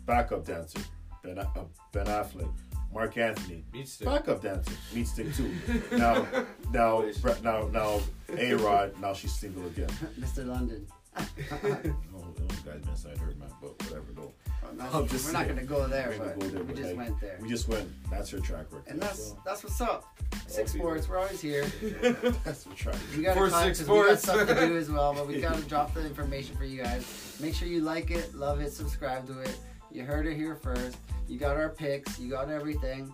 [SPEAKER 3] backup dancer, Ben, uh, ben Affleck, Mark Anthony,
[SPEAKER 2] Meat stick.
[SPEAKER 3] backup dancer, meat stick too. now, now, Bre- now, now, A Rod, now she's single again.
[SPEAKER 1] Mr. London.
[SPEAKER 3] Oh, No, those guys been inside her, man, but whatever though.
[SPEAKER 1] I'm not-
[SPEAKER 3] I'm
[SPEAKER 1] we're
[SPEAKER 3] just
[SPEAKER 1] not
[SPEAKER 3] saying.
[SPEAKER 1] gonna go there,
[SPEAKER 3] We're gonna
[SPEAKER 1] but
[SPEAKER 3] go there,
[SPEAKER 1] we
[SPEAKER 3] but,
[SPEAKER 1] just
[SPEAKER 3] like,
[SPEAKER 1] went there.
[SPEAKER 3] We just went. That's her track record.
[SPEAKER 1] And that's
[SPEAKER 3] Well,
[SPEAKER 1] that's what's up. Six
[SPEAKER 2] be
[SPEAKER 1] sports. We're always here.
[SPEAKER 3] that's her track. record.
[SPEAKER 1] We got
[SPEAKER 2] For
[SPEAKER 1] to time
[SPEAKER 2] six
[SPEAKER 1] 'cause we got
[SPEAKER 2] sports.
[SPEAKER 1] stuff to do as well, but we gotta drop the information for you guys. Make sure you like it, love it, subscribe to it. You heard it here first. You got our picks. You got everything.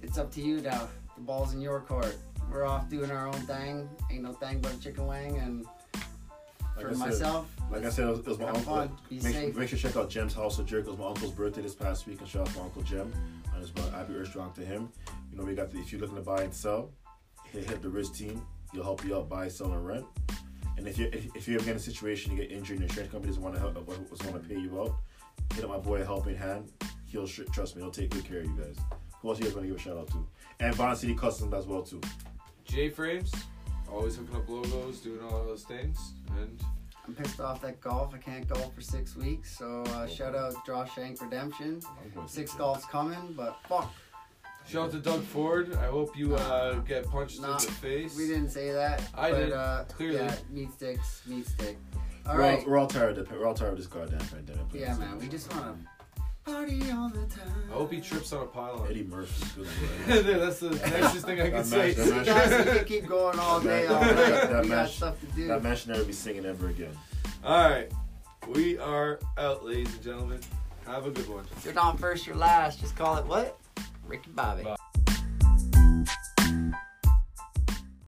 [SPEAKER 1] It's up to you now. The ball's in your court. We're off doing our own thing. Ain't no thing but a chicken wing. And
[SPEAKER 3] Like
[SPEAKER 1] for
[SPEAKER 3] I said-
[SPEAKER 1] myself,
[SPEAKER 3] Like I said, it was, it was my
[SPEAKER 1] Have
[SPEAKER 3] uncle.
[SPEAKER 1] fun. Be
[SPEAKER 3] make,
[SPEAKER 1] safe.
[SPEAKER 3] make sure you check out Jim's House of Jerk. It was my uncle's birthday this past week, and shout out to my uncle Jim. And it's my happy urge drunk to him. You know, we got the, if you're looking to buy and sell, hit, hit the Riz team. He'll help you out buy, sell, and rent. And if you if, if you ever get in a situation you get injured, and insurance companies want to help, want to pay you out, hit up my boy Helping Hand. He'll sh- trust me. He'll take good care of you guys. Who else you guys want to give a shout out to? And Bond City Customs as well too.
[SPEAKER 2] J frames, always hooking up logos, doing all those things, and
[SPEAKER 1] I'm pissed off that golf. I can't golf for six weeks. So uh, shout out Josh Shank Redemption.
[SPEAKER 3] I'm going to
[SPEAKER 1] Six
[SPEAKER 3] Jim.
[SPEAKER 1] golf's coming, but fuck.
[SPEAKER 2] shout out to Doug Ford. I hope you uh, get punched
[SPEAKER 1] Nah,
[SPEAKER 2] in the face.
[SPEAKER 1] We didn't say that.
[SPEAKER 2] I
[SPEAKER 1] but,
[SPEAKER 2] did,
[SPEAKER 1] Uh,
[SPEAKER 2] clearly.
[SPEAKER 1] Yeah, meat sticks, meat stick. All
[SPEAKER 3] we're,
[SPEAKER 1] right.
[SPEAKER 3] all, we're all tired of the, we're all tired of this goddamn pandemic. please.
[SPEAKER 1] Yeah, man. We just want to party all the time.
[SPEAKER 2] I hope he trips on a pylon.
[SPEAKER 3] Eddie Murphy's good. for Eddie.
[SPEAKER 2] That's the nicest thing I
[SPEAKER 3] That
[SPEAKER 2] can say.
[SPEAKER 3] match, that match.
[SPEAKER 1] Guys, we can keep going all day, all
[SPEAKER 3] That
[SPEAKER 1] night. We got
[SPEAKER 3] match-
[SPEAKER 1] stuff to do.
[SPEAKER 3] That man should never be singing ever again.
[SPEAKER 2] All right. We are out, ladies and gentlemen. Have a good one.
[SPEAKER 1] You're not first, you're last. Just call it what? Ricky Bobby.
[SPEAKER 2] Bye.